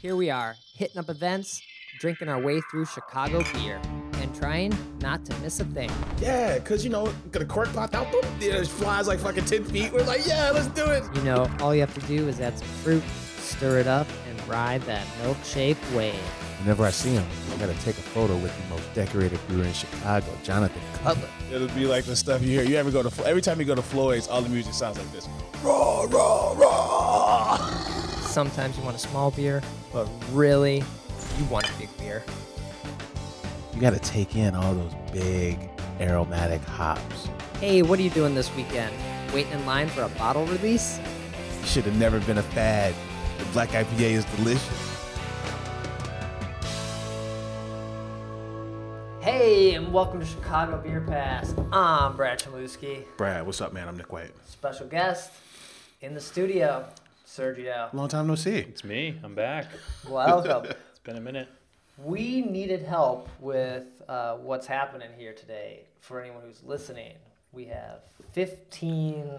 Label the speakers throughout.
Speaker 1: here we are, hitting up events, drinking our way through Chicago beer, and trying not to miss a thing.
Speaker 2: Yeah, because, you know, the cork popped out, boom, yeah, it flies like fucking 10 feet. We're like, yeah, let's do it.
Speaker 1: You know, all you have to do is add some fruit, stir it up, and ride that milkshake wave.
Speaker 3: Whenever I see him, I gotta take a photo with the most decorated brewer in Chicago, Jonathan Cutler.
Speaker 2: It'll be like the stuff you hear. You ever go to, every time you go to Floyd's, all the music sounds like this. Raw, raw, raw.
Speaker 1: Sometimes you want a small beer, but really, you want a big beer.
Speaker 3: You gotta take in all those big aromatic hops.
Speaker 1: Hey, what are you doing this weekend? Waiting in line for a bottle release?
Speaker 2: Should have never been a fad. The black IPA is delicious.
Speaker 1: Hey, and welcome to Chicago Beer Pass. I'm Brad Chmielewski.
Speaker 2: Brad, what's up, man? I'm Nick White.
Speaker 1: Special guest in the studio, Sergio.
Speaker 2: Long time no see.
Speaker 4: It's me. I'm back.
Speaker 1: Welcome.
Speaker 4: It's been a minute.
Speaker 1: We needed help with uh, what's happening here today for anyone who's listening. We have 15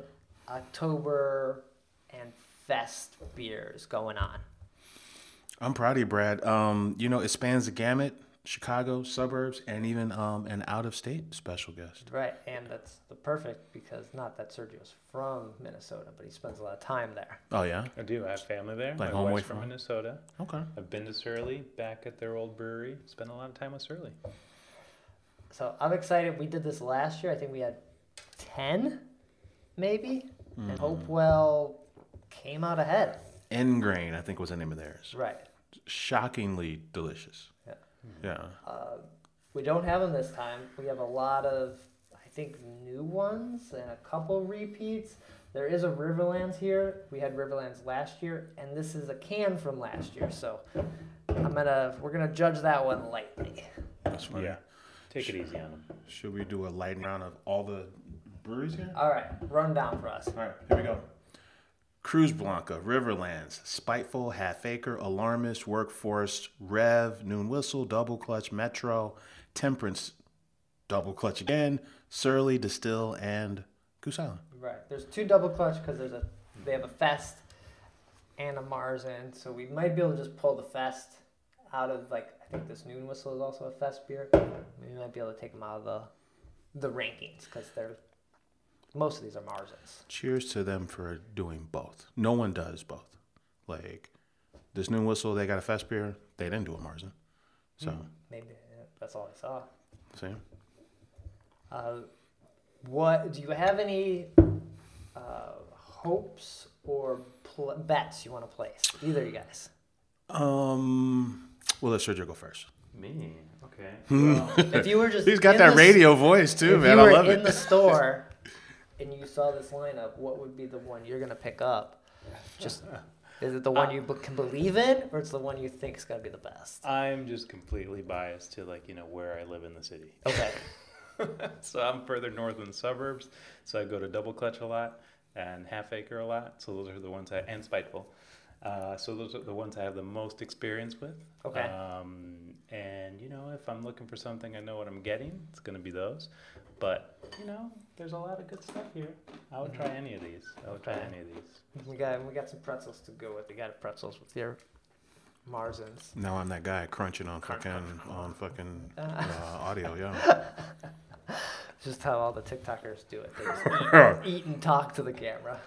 Speaker 1: October and Fest beers going on.
Speaker 2: I'm proud of you, Brad. Um, you know, it spans the gamut Chicago, suburbs, and even um, an out of state special guest.
Speaker 1: Right, and that's the perfect because not that Sergio's from Minnesota, but he spends a lot of time there.
Speaker 2: Oh, yeah?
Speaker 4: I do. I have family there.
Speaker 2: Like
Speaker 4: My
Speaker 2: home away
Speaker 4: wife's
Speaker 2: from
Speaker 4: from
Speaker 2: home?
Speaker 4: Minnesota.
Speaker 2: Okay.
Speaker 4: I've been to Surly, back at their old brewery. Spent a lot of time with Surly.
Speaker 1: So I'm excited. We did this last year. I think we had 10, maybe, and Hopewell came out ahead.
Speaker 2: Engrain, I think was the name of theirs.
Speaker 1: Right.
Speaker 2: Shockingly delicious.
Speaker 1: Yeah.
Speaker 2: Yeah. Hmm.
Speaker 1: We don't have them this time. We have a lot of, I think, new ones and a couple repeats. There is a Riverlands here. We had Riverlands last year, and this is a can from last year. So I'm gonna, we're gonna judge that one lightly.
Speaker 2: That's funny.
Speaker 4: Take it easy on them.
Speaker 2: Should we do a lightning round of all the breweries here?
Speaker 1: All right, run down for us.
Speaker 2: All right, here we go. Cruz Blanca, Riverlands, Spiteful, Half Acre, Alarmist, Workforce, Rev, Noon Whistle, Double Clutch, Metro, Temperance, Double Clutch again, Surly, Distill, and Goose Island.
Speaker 1: Right. There's two double clutch because there's a they have a fest and a Mars in, so we might be able to just pull the fest out of like I think this noon whistle is also a fest beer. We might be able to take them out of the the rankings because they're most of these are Marsins.
Speaker 2: Cheers to them for doing both. No one does both. Like this Noon Whistle, they got a fest beer. They didn't do a Marzen. So,
Speaker 1: Maybe yeah, that's all I saw.
Speaker 2: see?
Speaker 1: Uh, what do you have any uh, hopes or pl- bets you want to place? Either of you guys.
Speaker 2: Um, we'll let Sergio go first.
Speaker 4: Me. Okay.
Speaker 2: Hmm.
Speaker 4: Well,
Speaker 1: If you were just
Speaker 2: He's got
Speaker 1: in
Speaker 2: that
Speaker 1: the s-
Speaker 2: radio voice too,
Speaker 1: if
Speaker 2: man.
Speaker 1: you
Speaker 2: I
Speaker 1: were
Speaker 2: love
Speaker 1: in
Speaker 2: it.
Speaker 1: the store and you saw this lineup, what would be the one you're gonna pick up? Just is it the one you b- can believe in, or it's the one you think is gonna be the best?
Speaker 4: I'm just completely biased to like you know where I live in the city.
Speaker 1: Okay,
Speaker 4: so I'm further north in the suburbs. So I go to Double Clutch a lot and Half Acre a lot. So those are the ones I and Spiteful. Uh, so those are the ones I have the most experience with.
Speaker 1: Okay.
Speaker 4: Um, and you know, if I'm looking for something, I know what I'm getting. It's gonna be those. But you know, there's a lot of good stuff here. I would try any of these. I would try
Speaker 1: Okay.
Speaker 4: any of these.
Speaker 1: we got we got some pretzels to go with. We got pretzels with your Marzens.
Speaker 2: Now I'm that guy crunching on fucking on fucking uh, audio, yeah.
Speaker 1: Just how all the TikTokers do it. They just eat and talk to the camera.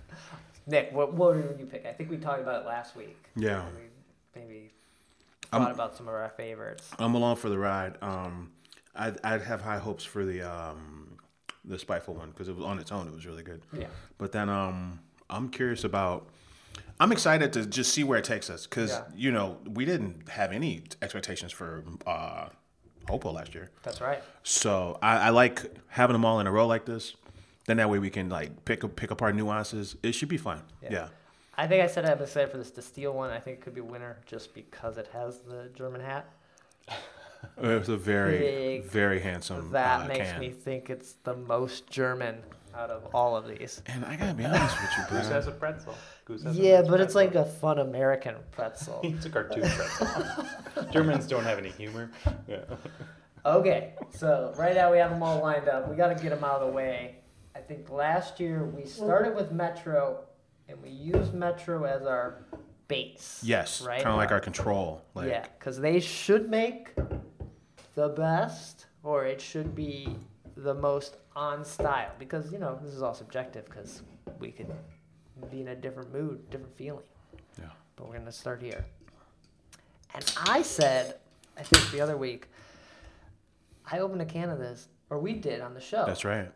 Speaker 1: Nick, what what would you pick? I think we talked about it last week.
Speaker 2: yeah.
Speaker 1: We maybe
Speaker 2: I'm-
Speaker 1: thought about some of our favorites.
Speaker 2: I'm along for the ride. Um, I'd, I'd have high hopes for the um, the spiteful one because it was on its own. It was really good.
Speaker 1: Yeah.
Speaker 2: But then um, I'm curious about. I'm excited to just see where it takes us because
Speaker 1: Yeah.
Speaker 2: you know we didn't have any expectations for uh, Hopo last year.
Speaker 1: That's right.
Speaker 2: So I, I like having them all in a row like this. Then that way we can like pick up pick apart nuances. It should be fun. Yeah.
Speaker 1: I think I said I'm excited for this Distill one. I think it could be winner just because it has the German hat.
Speaker 2: It's Oh, a very
Speaker 1: Big.
Speaker 2: very handsome
Speaker 1: That
Speaker 2: uh,
Speaker 1: makes
Speaker 2: can.
Speaker 1: me think it's the most German out of all of these.
Speaker 2: And I gotta be honest with you,
Speaker 4: Goose
Speaker 2: Brad.
Speaker 4: has a pretzel. Goose has
Speaker 1: Yeah,
Speaker 4: a
Speaker 1: but it's
Speaker 4: pretzel.
Speaker 1: like a fun American pretzel.
Speaker 4: it's a cartoon pretzel. Germans don't have any humor. Yeah.
Speaker 1: okay, so right now we have them all lined up. We got to get them out of the way. I think last year we started with Metro and we used Metro as our base.
Speaker 2: Yes,
Speaker 1: Right?
Speaker 2: kind of like our control. Like,
Speaker 1: yeah, because they should make the best, or it should be the most on style. Because you know this is all subjective. Because we could be in a different mood, different feeling.
Speaker 2: Yeah.
Speaker 1: But we're gonna start here. And I said, I think the other week, I opened a can of this, or we did on the show.
Speaker 2: that's right.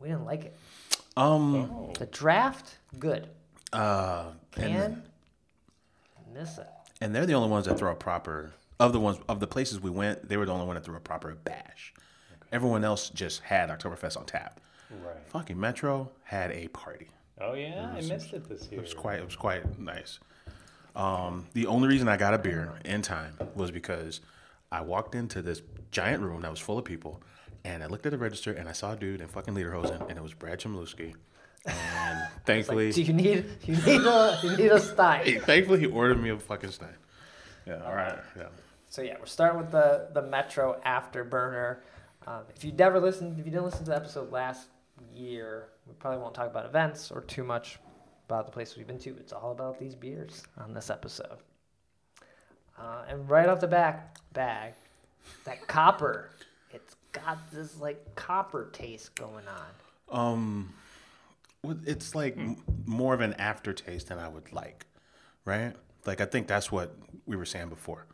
Speaker 1: We didn't like it.
Speaker 2: Um,
Speaker 4: Oh,
Speaker 1: The draft, good.
Speaker 2: uh, and
Speaker 1: Can miss it.
Speaker 2: and they're the only ones that throw a proper of the ones of the places we went. They were the only one that threw a proper bash. Everyone else just had Oktoberfest on tap.
Speaker 4: right.
Speaker 2: Fucking Metro had a party.
Speaker 4: Oh yeah, I missed it this year.
Speaker 2: It was quite. It was quite nice. Um, the only reason I got a beer in time was because I walked into this giant room that was full of people, and I looked at the register and I saw a dude in fucking lederhosen, and it was Brad Chmielewski. And thankfully,
Speaker 1: Do you need you need a you need a style?
Speaker 2: Hey, thankfully, he ordered me a fucking stein. Yeah. All right. Yeah.
Speaker 1: So yeah, we're starting with the the Metro Afterburner. Um, if you never listened, if you didn't listen to the episode last year, we probably won't talk about events or too much about the places we've been to. It's all about these beers on this episode. Uh, and right off the back bag, that copper, it's got this like copper taste going on.
Speaker 2: Um, well, it's like m- more of an aftertaste than I would like, right? Like I think that's what we were saying before.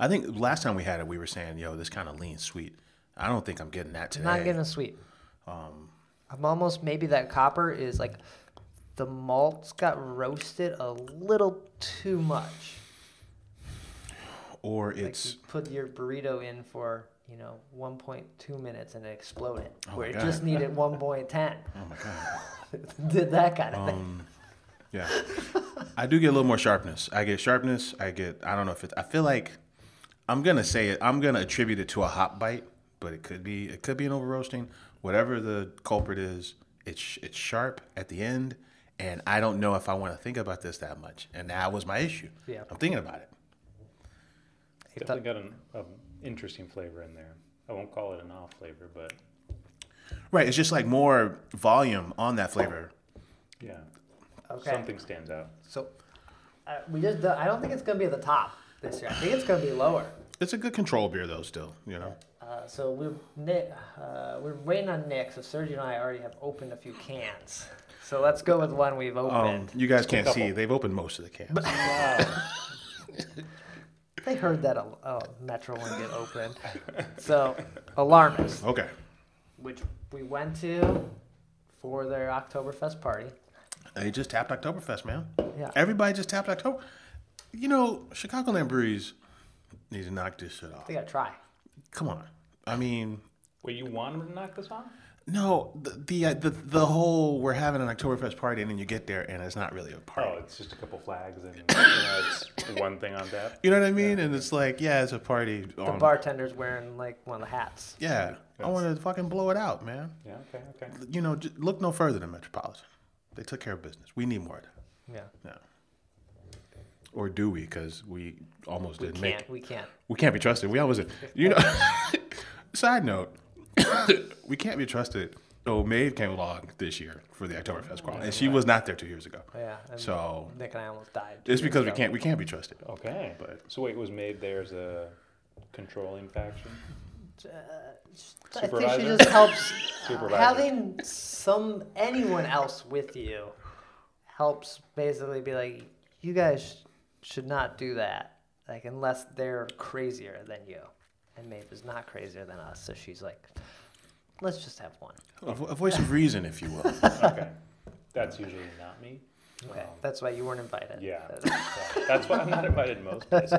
Speaker 2: I think last time we had it, we were saying, "Yo, this kind of lean sweet." I don't think I'm getting that today.
Speaker 1: I'm not getting a sweet. I'm almost maybe that copper is like the malts got roasted a little too much.
Speaker 2: or
Speaker 1: Like
Speaker 2: it's
Speaker 1: you put your burrito in for you know 1.2 minutes and it exploded, where it
Speaker 2: Oh God.
Speaker 1: just needed 1.10.
Speaker 2: oh my god.
Speaker 1: Did that kind of thing.
Speaker 2: Um, yeah, I do get a little more sharpness. I get sharpness. I get. I don't know if it's. I feel like I'm gonna say it. I'm gonna attribute it to a hot bite, but it could be. It could be an over roasting. Whatever the culprit is, it's it's sharp at the end, and I don't know if I want to think about this that much. And that was my issue.
Speaker 1: Yeah.
Speaker 2: I'm thinking about it.
Speaker 4: Definitely got an um, interesting flavor in there. I won't call it an off flavor, but
Speaker 2: Right. It's just like more volume on that flavor.
Speaker 4: yeah,
Speaker 1: Okay.
Speaker 4: something stands out.
Speaker 1: So uh, we just. don't- I don't think it's gonna be at the top this year. I think it's gonna be lower.
Speaker 2: It's a good control beer though. Still, you know.
Speaker 1: Uh, so we're Nick, uh, we're waiting on Nick. So Sergio and I already have opened a few cans. So let's go with one we've
Speaker 2: Um,
Speaker 1: opened.
Speaker 2: you guys can't
Speaker 4: couple.
Speaker 2: see. They've opened most of the cans.
Speaker 4: Wow.
Speaker 1: They heard that a, a Metro one get open. So, Alarmist,
Speaker 2: Okay.
Speaker 1: which we went to for their Oktoberfest party.
Speaker 2: They just tapped Oktoberfest, man.
Speaker 1: Yeah.
Speaker 2: Everybody just tapped October. You know, Chicagoland breweries need to knock this shit off.
Speaker 1: They gotta try.
Speaker 2: Come on. I mean,
Speaker 4: Wait, you want him to knock this off?
Speaker 2: no, the the, uh, the the whole we're having an Oktoberfest party and then you get there and it's not really a party.
Speaker 4: Oh, it's just a couple flags and you know, it's one thing on tap.
Speaker 2: You know what I mean? And it's like, yeah, it's a party.
Speaker 1: The
Speaker 2: on-
Speaker 1: bartender's wearing like one of the hats.
Speaker 2: Yeah, I want to fucking blow it out, man.
Speaker 4: Yeah, okay, okay.
Speaker 2: You know, j look no further than Metropolitan. They took care of business. We need more of that.
Speaker 1: Yeah.
Speaker 2: Yeah. Or do we? Because we almost
Speaker 1: We
Speaker 2: didn't make
Speaker 1: can't. We can't.
Speaker 2: we can't be trusted. We always, you know. side note, we can't be trusted. So Maeve came along this year for the Oktoberfest crawl, and she was not there two years ago.
Speaker 1: Yeah. and
Speaker 2: So
Speaker 1: Nick and I almost died.
Speaker 2: it's because we can't we can't be trusted.
Speaker 4: Okay.
Speaker 2: But-
Speaker 4: so wait, was made there as a controlling faction?
Speaker 1: I think she
Speaker 4: Supervisor?
Speaker 1: just helps.
Speaker 4: Supervisor.
Speaker 1: Having some anyone else with you helps basically be like, you guys sh- should not do that. Like unless they're crazier than you, and Maeve is not crazier than us, so she's like, let's just have one.
Speaker 2: A, vo- a voice of reason, if you will.
Speaker 4: Okay. That's usually not me.
Speaker 1: Okay, that's why you weren't invited.
Speaker 4: Yeah. Yeah. That's why I'm not invited to most places.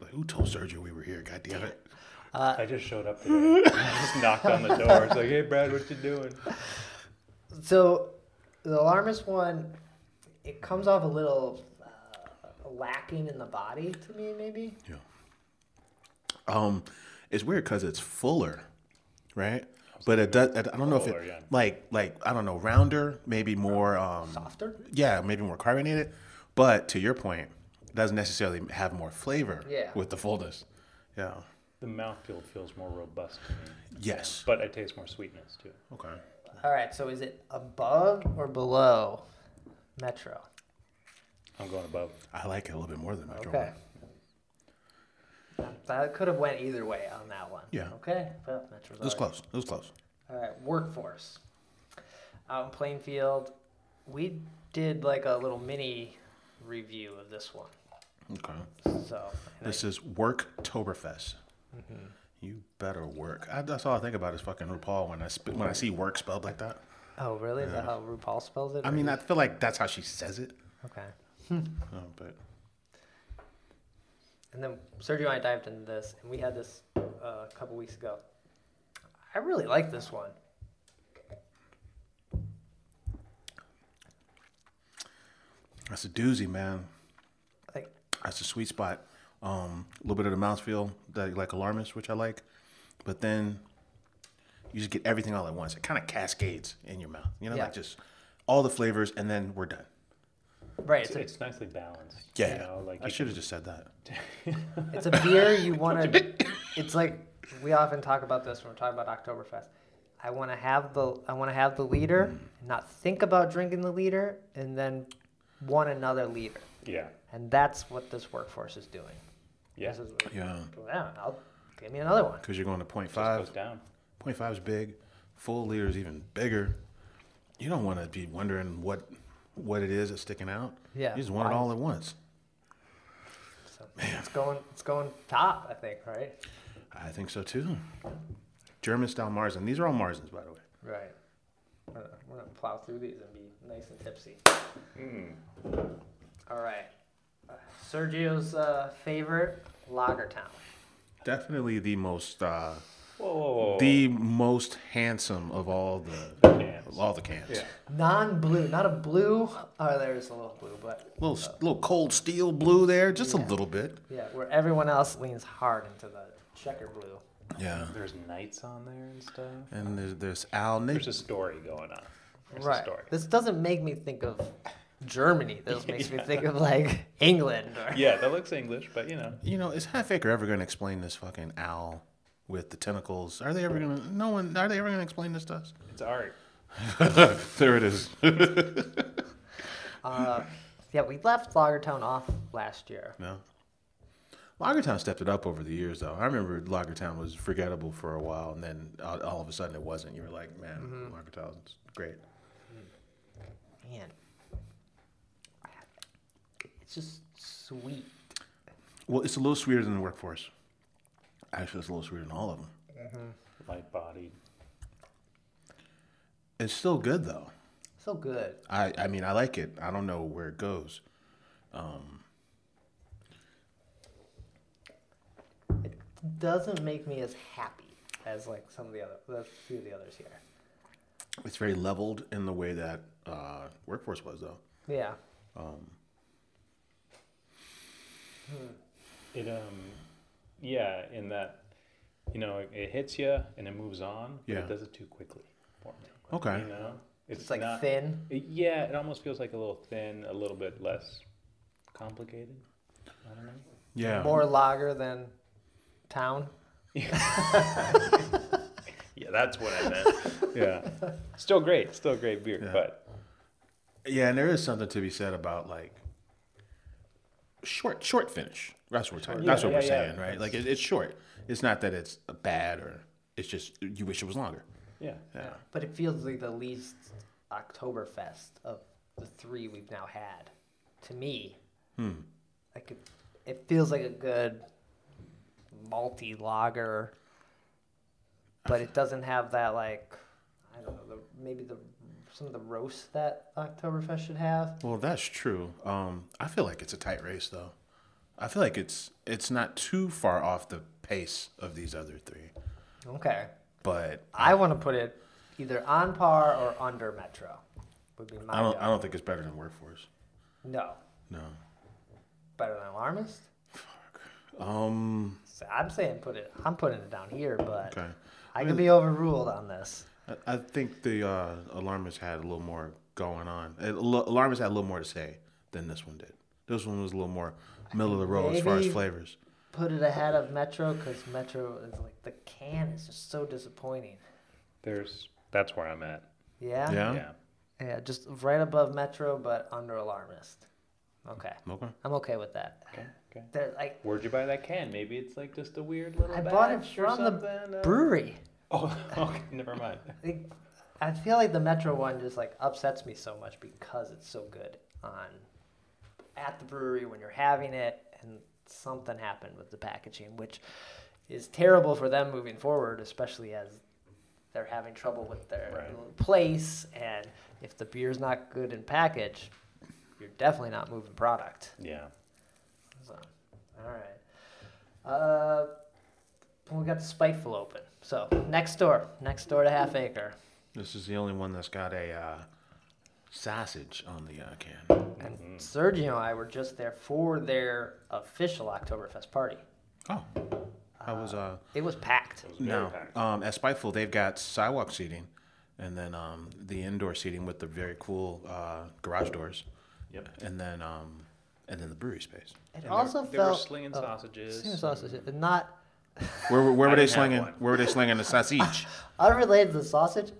Speaker 2: Like, who told Sergio we were here? God damn it!
Speaker 4: I just showed up today. I just knocked on the door. It's like, hey, Brad, what you doing?
Speaker 1: So the alarmist one, it comes off a little uh, lacking in the body to me, maybe.
Speaker 2: Yeah. Um, it's weird because it's fuller, right? But it does. I don't know if
Speaker 4: Fuller,
Speaker 2: it
Speaker 4: yeah.
Speaker 2: like like I don't know rounder, maybe more um
Speaker 1: Softer.
Speaker 2: yeah, maybe more carbonated. But to your point, it doesn't necessarily have more flavor
Speaker 1: Yeah.
Speaker 2: with the fullness. Yeah.
Speaker 4: The mouthfeel feels more robust to me,
Speaker 2: Yes.
Speaker 4: but I taste more sweetness too.
Speaker 2: Okay.
Speaker 1: All right, so is it above or below Metro?
Speaker 4: I'm going above.
Speaker 2: I like it a little bit more than Metro.
Speaker 1: Okay.
Speaker 2: One.
Speaker 1: That could have went either way on that one.
Speaker 2: Yeah.
Speaker 1: Okay. Well, Metro's
Speaker 2: It was
Speaker 1: alright.
Speaker 2: close. It was close.
Speaker 1: All right, workforce. Out in Plainfield, we did like a little mini review of this one.
Speaker 2: Okay.
Speaker 1: So, and I-
Speaker 2: This is Worktoberfest. Mm-hmm. You better work. I, that's all I think about is fucking RuPaul when I sp- when I see work spelled like that.
Speaker 1: oh, really? Is that how RuPaul spells it?
Speaker 2: I
Speaker 1: or
Speaker 2: mean,
Speaker 1: is-
Speaker 2: I feel like that's how she says it.
Speaker 1: okay.
Speaker 2: Uh, but
Speaker 1: And then Sergio and I dived into this, and we had this uh, a couple weeks ago. I really like this one.
Speaker 2: that's a doozy, man.
Speaker 1: Like,
Speaker 2: That's a sweet spot. Um, a little bit of the mouthfeel, that like alarmist, which I like, but then you just get everything all at once. It kind of cascades in your mouth, you know,
Speaker 1: Yeah.
Speaker 2: like just all the flavors, and then we're done.
Speaker 1: right?
Speaker 4: It's,
Speaker 1: It's
Speaker 4: it's nicely balanced. You know, like
Speaker 2: I
Speaker 4: you
Speaker 2: should have just said that.
Speaker 1: a, it's a beer you want to. It's like we often talk about this when we're talking about Oktoberfest. I want to have the I want to have the leader,
Speaker 2: Mm.
Speaker 1: and not think about drinking the leader, and then want another leader.
Speaker 4: Yeah.
Speaker 1: And that's what this workforce is doing.
Speaker 4: Yeah.
Speaker 1: This is
Speaker 2: Yeah,
Speaker 1: yeah, I'll give me another one.
Speaker 2: because you're going to point
Speaker 4: Goes
Speaker 2: five.
Speaker 4: down.
Speaker 2: Point five is big. Full liter is even bigger. You don't want to be wondering what what it is that's sticking out.
Speaker 1: Yeah.
Speaker 2: you just want it
Speaker 1: Why-
Speaker 2: all at once.
Speaker 1: So it's going it's going top, I think, right?
Speaker 2: I think so too. German style Marzen. These are all Marzens, by the way.
Speaker 1: Right. We're gonna, we're gonna plow through these and be nice and tipsy.
Speaker 4: Hmm.
Speaker 1: All right. Uh, Sergio's uh, favorite Lagertown.
Speaker 2: Definitely the most uh,
Speaker 4: Whoa, whoa, whoa.
Speaker 2: the most handsome of all the
Speaker 4: Cans.
Speaker 2: all the cans.
Speaker 4: Yeah.
Speaker 1: Non-blue, not a blue. Oh, there's a little blue, but
Speaker 2: Little little cold steel blue there, just a little bit.
Speaker 1: yeah, where everyone else leans hard into the checker blue.
Speaker 2: Yeah.
Speaker 4: There's knights on there and stuff.
Speaker 2: And there's there's Al
Speaker 4: There's
Speaker 2: Nick.
Speaker 4: a story going on. There's a
Speaker 1: right.
Speaker 4: story.
Speaker 1: This doesn't make me think of Germany. This makes me think of like England. Or...
Speaker 4: Yeah, that looks English, but you know.
Speaker 2: You know, is Halfaker ever going to explain this fucking owl with the tentacles? Are they ever going to? No one. Are they ever going to explain this to us?
Speaker 4: It's art.
Speaker 2: there it is.
Speaker 1: Uh, yeah, we left Lagertown off last year.
Speaker 2: No. Lagertown stepped it up over the years, though. I remember Lagertown was forgettable for a while, and then all, all of a sudden it wasn't. You were like, man, Lagertown's great.
Speaker 1: Man, it's just sweet.
Speaker 2: Well, it's a little sweeter than the workforce. Actually, it's a little sweeter than all of them.
Speaker 4: Light bodied.
Speaker 2: It's still good, though.
Speaker 1: So good.
Speaker 2: I, I mean, I like it. I don't know where it goes.
Speaker 1: It doesn't make me as happy as like some of the other, a few of the others here.
Speaker 2: It's very leveled in the way that uh, workforce was, though.
Speaker 1: Yeah,
Speaker 4: It um, yeah, in that, you know, it, it hits you and it moves on. But
Speaker 2: Yeah.
Speaker 4: it does it too quickly for me.
Speaker 2: Okay.
Speaker 4: You know, it's,
Speaker 1: it's like
Speaker 4: not,
Speaker 1: thin.
Speaker 4: it- yeah, it almost feels like a little thin, a little bit less complicated. I don't know.
Speaker 2: Yeah.
Speaker 1: More lager than town.
Speaker 4: Yeah, that's what I meant. yeah, still great, still great beer, but
Speaker 2: Yeah, and there is something to be said about like short, short finish. That's what we're talking.
Speaker 4: Yeah,
Speaker 2: that's what
Speaker 4: yeah,
Speaker 2: we're
Speaker 4: yeah.
Speaker 2: saying, right? Like it, it's short. It's not that it's bad or it's just you wish it was longer.
Speaker 4: yeah,
Speaker 2: Yeah.
Speaker 1: But it feels like the least Oktoberfest of the three we've now had. To me,
Speaker 4: Hmm.
Speaker 1: like it, it feels like a good malty lager, but it doesn't have that like I don't know the, maybe the some of the roast that Oktoberfest should have.
Speaker 2: Well, that's true. Um, I feel like it's a tight race, though. I feel like it's it's not too far off the pace of these other three,
Speaker 1: Okay,
Speaker 2: but
Speaker 1: I want to put it either on par or under Metro. Would be my
Speaker 2: I don't.
Speaker 1: go.
Speaker 2: I don't think it's better than Workforce.
Speaker 1: no
Speaker 2: No.
Speaker 1: better than Alarmist.
Speaker 2: Um.
Speaker 1: So I'm saying put it. I'm putting it down here, but.
Speaker 2: Okay.
Speaker 1: I could be overruled on this.
Speaker 2: I, I think the uh, alarmist had a little more going on. Uh, Al- alarmist had a little more to say than this one did. This one was a little more middle of the road as far as
Speaker 1: Maybe-
Speaker 2: flavors.
Speaker 1: Put it ahead of Metro because Metro is like the can is just so disappointing.
Speaker 4: there's that's where I'm at.
Speaker 1: Yeah?
Speaker 2: Yeah.
Speaker 4: Yeah,
Speaker 1: Yeah, just right above Metro but under Alarmist. Okay.
Speaker 2: Okay.
Speaker 1: I'm okay with that.
Speaker 4: Okay. Okay.
Speaker 1: They're like
Speaker 4: Where'd you buy that can? Maybe it's like just a weird little.
Speaker 1: I bought it
Speaker 4: batch or
Speaker 1: from the
Speaker 4: something, uh,
Speaker 1: brewery.
Speaker 4: Oh, okay. Never mind.
Speaker 1: Like, I feel like the Metro one just like upsets me so much because it's so good on at the brewery when you're having it, and something happened with the packaging, which is terrible for them moving forward, especially as they're having trouble with their
Speaker 4: Right.
Speaker 1: place. And if the beer's not good in package, you're definitely not moving product.
Speaker 4: Yeah.
Speaker 1: So, all right. Uh, we got the Spiteful open. So next door, next door to Half Acre,
Speaker 2: This is the only one that's got a uh, sausage on the uh, can.
Speaker 1: and
Speaker 4: Mm-hmm.
Speaker 1: Sergio and I were just there for their official Oktoberfest party.
Speaker 2: Oh, I was uh
Speaker 1: It was packed.
Speaker 4: It was very
Speaker 2: no
Speaker 4: packed.
Speaker 2: um at Spiteful they've got sidewalk seating, and then um the indoor seating with the very cool uh, garage doors,
Speaker 4: Yep.
Speaker 2: and then um and then the brewery space.
Speaker 1: It
Speaker 4: And
Speaker 1: also
Speaker 4: they were,
Speaker 1: felt
Speaker 4: they were slinging
Speaker 1: oh,
Speaker 4: sausages.
Speaker 1: slinging sausages, and not
Speaker 2: Where were- where
Speaker 4: I
Speaker 2: were they
Speaker 4: didn't have
Speaker 2: slinging?
Speaker 4: one.
Speaker 2: Where were they slinging the sausage?
Speaker 1: unrelated to the sausage.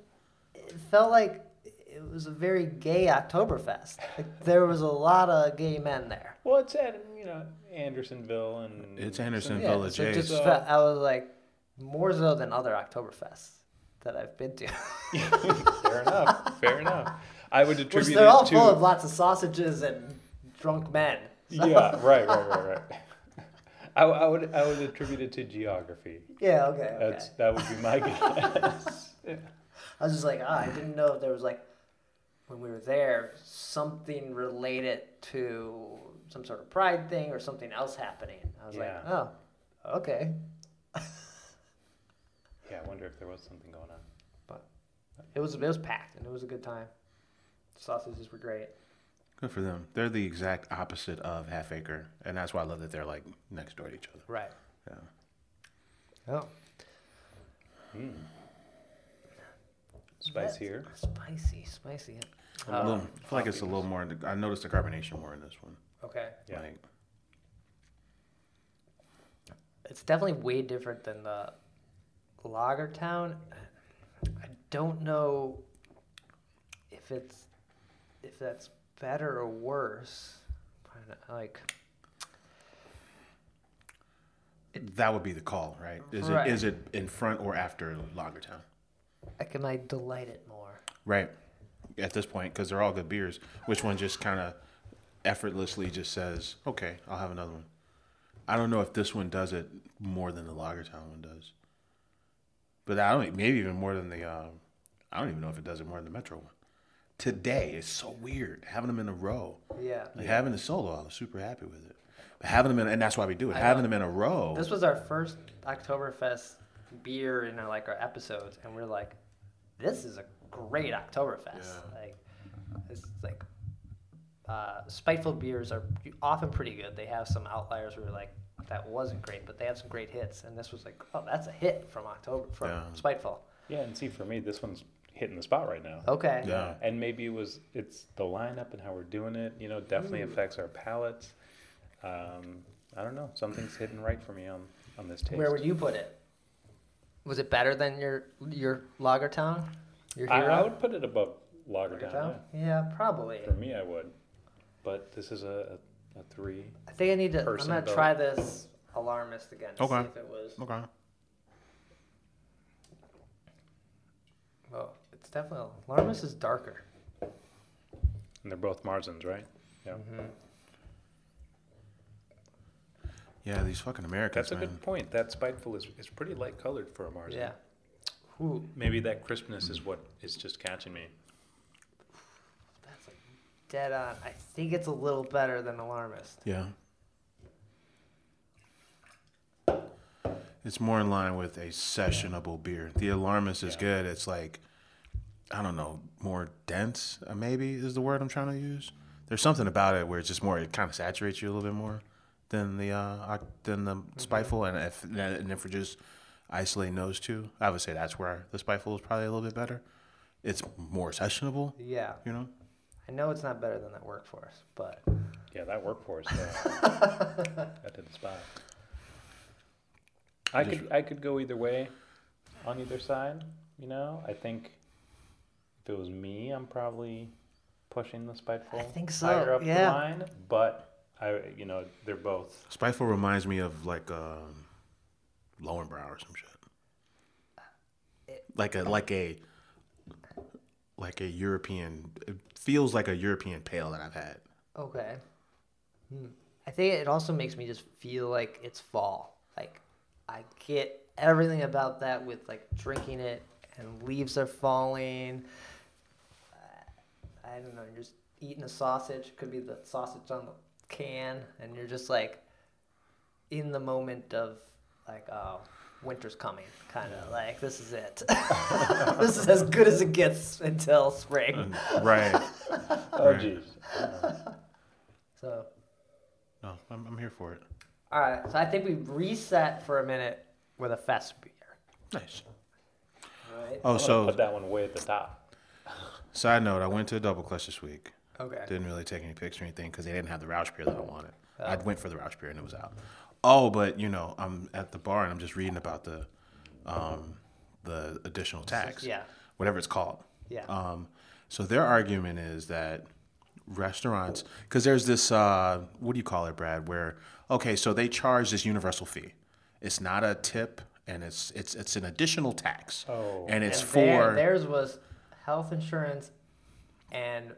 Speaker 1: It felt like it was a very gay Oktoberfest. Like there was a lot of gay men there.
Speaker 4: Well, it's at you know Andersonville and
Speaker 2: It's Andersonville.
Speaker 1: Yeah,
Speaker 2: Village
Speaker 1: so just
Speaker 2: Ace.
Speaker 1: felt, I was like more so than other Oktoberfests that I've been to.
Speaker 4: fair enough. Fair enough. I would attribute
Speaker 1: Which they're all
Speaker 4: it to
Speaker 1: full of lots of sausages and drunk men.
Speaker 4: yeah, right, right, right, right. I, I would I would attribute it to geography.
Speaker 1: Yeah, okay. okay.
Speaker 4: That's that would be my guess.
Speaker 1: I was just like, ah, I didn't know if there was like, when we were there, something related to some sort of pride thing or something else happening. I was like,
Speaker 4: Yeah.
Speaker 1: oh, okay.
Speaker 4: yeah, I wonder if there was something going on.
Speaker 1: But it was it was packed and it was a good time. sausages were great.
Speaker 2: Good for them. They're the exact opposite of Half Acre, and that's why I love that they're like next door to each other.
Speaker 1: Right.
Speaker 2: Yeah.
Speaker 1: Oh,
Speaker 4: Spice here.
Speaker 1: spicy, spicy.
Speaker 2: A
Speaker 1: Oh,
Speaker 2: little, I feel like it's a little more. I noticed the carbonation more in this one.
Speaker 1: Oh, okay.
Speaker 4: Yeah.
Speaker 2: Like,
Speaker 1: It's definitely way different than the Lager Town. I don't know if it's if that's better or worse. Trying to, Like
Speaker 2: that would be the call, right? Is
Speaker 1: Right.
Speaker 2: it is it in front or after Lagertown?
Speaker 1: like am I delight it more?
Speaker 2: Right. At this point, because they're all good beers, which one just kind of effortlessly just says, "Okay, I'll have another one." I don't know if this one does it more than the Lagertown one does, but I don't. e, Maybe even more than the. Um, I don't even know if it does it more than the Metro one. Today is so weird having them in a row.
Speaker 1: Yeah.
Speaker 2: Like having the solo, I was super happy with it. But having them in, and that's why we do it. having them in a row.
Speaker 1: This was our first Oktoberfest beer in our, like our episodes, and we're like, this is a great Oktoberfest. Like, it's like, uh, spiteful beers are often pretty good. They have some outliers where you're like, that wasn't great, but they have some great hits, and this was like, oh, that's a hit from October from
Speaker 2: Yeah.
Speaker 1: Spiteful.
Speaker 4: Yeah, and see for me, this one's hitting the spot right now.
Speaker 1: Okay.
Speaker 2: yeah.
Speaker 4: And maybe it was it's the lineup and how we're doing it. You know, definitely affects our palates. Um, I don't know. Something's hitting right for me on on this taste.
Speaker 1: Where would you put it? Was it better than your your Lager Town? Your
Speaker 4: I,
Speaker 1: hero?
Speaker 4: I would put it above Lagertown.
Speaker 1: Town?
Speaker 4: yeah.
Speaker 1: Yeah, probably.
Speaker 4: For me, I would. But this is a, a, a three.
Speaker 1: I think I need to.
Speaker 4: person
Speaker 1: I'm gonna
Speaker 4: vote.
Speaker 1: try this alarmist again. To
Speaker 2: Okay.
Speaker 1: See if it was.
Speaker 2: Okay.
Speaker 1: Well, oh, it's definitely alarmist is darker.
Speaker 4: And they're both Marzins, right? Yeah.
Speaker 1: Mm-hmm.
Speaker 2: Yeah, these fucking Americans,
Speaker 4: That's a
Speaker 2: man.
Speaker 4: good point. That spiteful is, is pretty light colored for a Marzin.
Speaker 1: Yeah. Ooh,
Speaker 4: Maybe that crispness is what is just catching me.
Speaker 1: that's like dead on. I think it's a little better than alarmist.
Speaker 2: Yeah. It's more in line with a sessionable beer. The Alarmist is good. It's like, I don't know, more dense, uh, maybe is the word I'm trying to use. There's something about it where it's just more, it kind of saturates you a little bit more than the uh, oc- than the Spiteful. And if, and if we're just isolating those two, I would say that's where the Spiteful is probably a little bit better. It's more sessionable,
Speaker 1: Yeah.
Speaker 2: you know?
Speaker 1: I know it's not better than that workforce, but
Speaker 4: Yeah, that workforce. Uh, that did the spot. I could I could go either way, on either side. You know, I think if it was me, I'm probably pushing the spiteful
Speaker 1: I think so,
Speaker 4: higher up
Speaker 1: yeah.
Speaker 4: the line, but I, you know, they're both.
Speaker 2: Spiteful reminds me of like um, Lowenbrow or some shit. Like a like a like a European. It feels like a European pale that I've had.
Speaker 1: Okay. Hmm. I think it also makes me just feel like it's fall. Like I get everything about that with like drinking it and leaves are falling. Uh, I don't know. You're just eating a sausage. Could be the sausage on the can, and you're just like in the moment of like oh. Winter's coming, kind of like this is it. this is as good as it gets until spring.
Speaker 2: Right.
Speaker 4: Oh, jeez.
Speaker 1: So
Speaker 2: No, Oh, I'm, I'm here for it.
Speaker 1: All right, so I think we reset for a minute with a fest beer.
Speaker 2: Nice.
Speaker 1: Right.
Speaker 2: Oh,
Speaker 4: Put
Speaker 2: so
Speaker 4: that one way at the top.
Speaker 2: side note, I went to a double clutch this week.
Speaker 1: Okay.
Speaker 2: Didn't really take any pics or anything because they didn't have the Roush beer that I wanted. I went for the Roush beer and it was out. Oh, but you know, I'm at the bar and I'm just reading about the um, the additional tax,
Speaker 1: yeah.
Speaker 2: whatever it's called.
Speaker 1: Yeah.
Speaker 2: Um, so their argument is that restaurants, because there's this, uh, what do you call it, Brad? Where okay, so they charge this universal fee. It's not a tip, and it's it's it's an additional tax,
Speaker 4: Oh.
Speaker 2: and it's
Speaker 1: and
Speaker 2: for
Speaker 1: their- theirs was health insurance and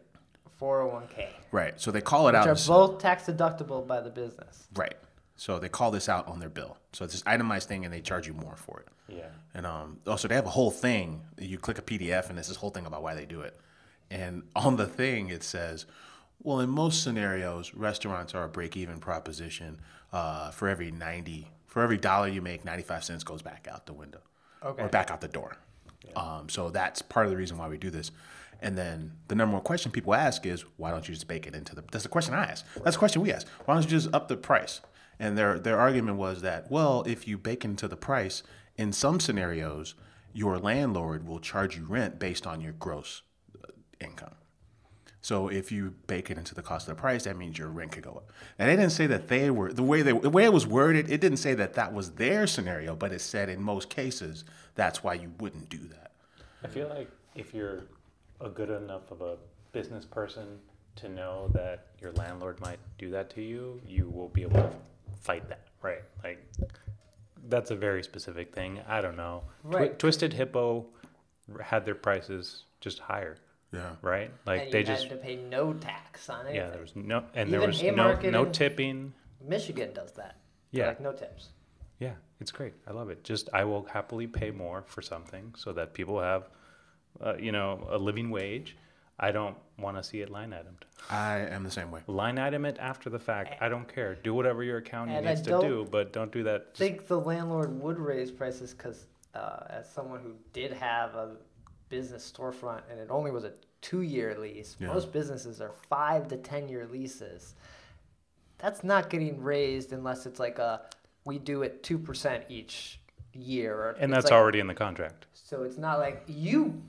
Speaker 1: 401k,
Speaker 2: right. So they call it
Speaker 1: which
Speaker 2: out.
Speaker 1: are
Speaker 2: as-
Speaker 1: both tax deductible by the business.
Speaker 2: Right. So they call this out on their bill. So it's this itemized thing, and they charge you more for it.
Speaker 4: Yeah.
Speaker 2: And um, also they have a whole thing. You click a PDF, and it's this whole thing about why they do it. And on the thing, it says, "Well, in most scenarios, restaurants are a break-even proposition. Uh, for every ninety, for every dollar you make, ninety-five cents goes back out the window,
Speaker 1: Okay.
Speaker 2: or back out the door. Um, so that's part of the reason why we do this." And then the number one question people ask is, why don't you just bake it into the? That's the question I ask. That's the question we ask. Why don't you just up the price? And their their argument was that, well, if you bake into the price, in some scenarios, your landlord will charge you rent based on your gross uh, income. So if you bake it into the cost of the price, that means your rent could go up. And they didn't say that they were the way they the way it was worded. It didn't say that that was their scenario, but it said in most cases that's why you wouldn't do that.
Speaker 4: I feel like if you're a good enough of a business person to know that your landlord might do that to you, you will be able to fight that, right? Like that's a very specific thing. I don't know. Twi-
Speaker 1: Right.
Speaker 4: Twisted Hippo had their prices just higher,
Speaker 2: Yeah.
Speaker 4: right? Like
Speaker 1: and
Speaker 4: they
Speaker 1: you
Speaker 4: just
Speaker 1: had to pay no tax on it.
Speaker 4: yeah, there was no and there
Speaker 1: Even
Speaker 4: was
Speaker 1: Haymarket
Speaker 4: no no
Speaker 1: and-
Speaker 4: tipping.
Speaker 1: Michigan does that.
Speaker 4: Yeah.
Speaker 1: Like no tips.
Speaker 4: Yeah, it's great. I love it. Just I will happily pay more for something so that people have, uh, you know, a living wage. I don't want to see it line itemed.
Speaker 2: I am the same way.
Speaker 4: Line item it after the fact. I don't care. Do whatever your accounting
Speaker 1: Eh. And I
Speaker 4: needs to
Speaker 1: don't
Speaker 4: do, but don't do that.
Speaker 1: I think the landlord would raise prices because, uh, as someone who did have a business storefront and it only was a two-year lease,
Speaker 2: Yeah.
Speaker 1: most businesses are five to ten-year leases. That's not getting raised unless it's like a we do it two percent each year, or
Speaker 4: and
Speaker 1: it's
Speaker 4: that's
Speaker 1: like-
Speaker 4: already in the contract.
Speaker 1: So it's not like you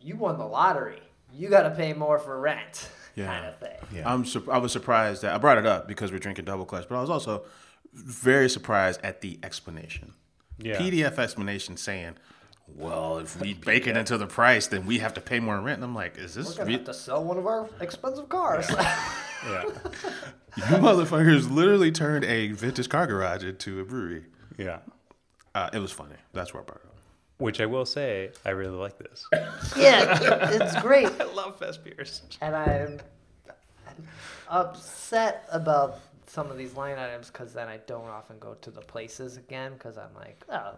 Speaker 1: you won the lottery. You got to pay more for rent, kind
Speaker 2: Yeah.
Speaker 1: of thing.
Speaker 2: Yeah. I'm sur- I was surprised that I brought it up because we're drinking double clutch, but I was also very surprised at the explanation.
Speaker 4: Yeah.
Speaker 2: PDF explanation saying, "Well, if we bake it into the price, then we have to pay more rent." And I'm like, "Is
Speaker 1: We're
Speaker 2: this
Speaker 1: gonna
Speaker 2: re-
Speaker 1: have to sell one of our expensive cars.
Speaker 4: Yeah.
Speaker 2: you motherfuckers literally turned a vintage car garage into a brewery?"
Speaker 4: yeah.
Speaker 2: Uh, it was funny. That's where I brought it up.
Speaker 4: Which I will say, I really like this.
Speaker 1: yeah, it's great.
Speaker 4: I love fest beers.
Speaker 1: and I'm upset about some of these line items because then I don't often go to the places again because I'm like, oh,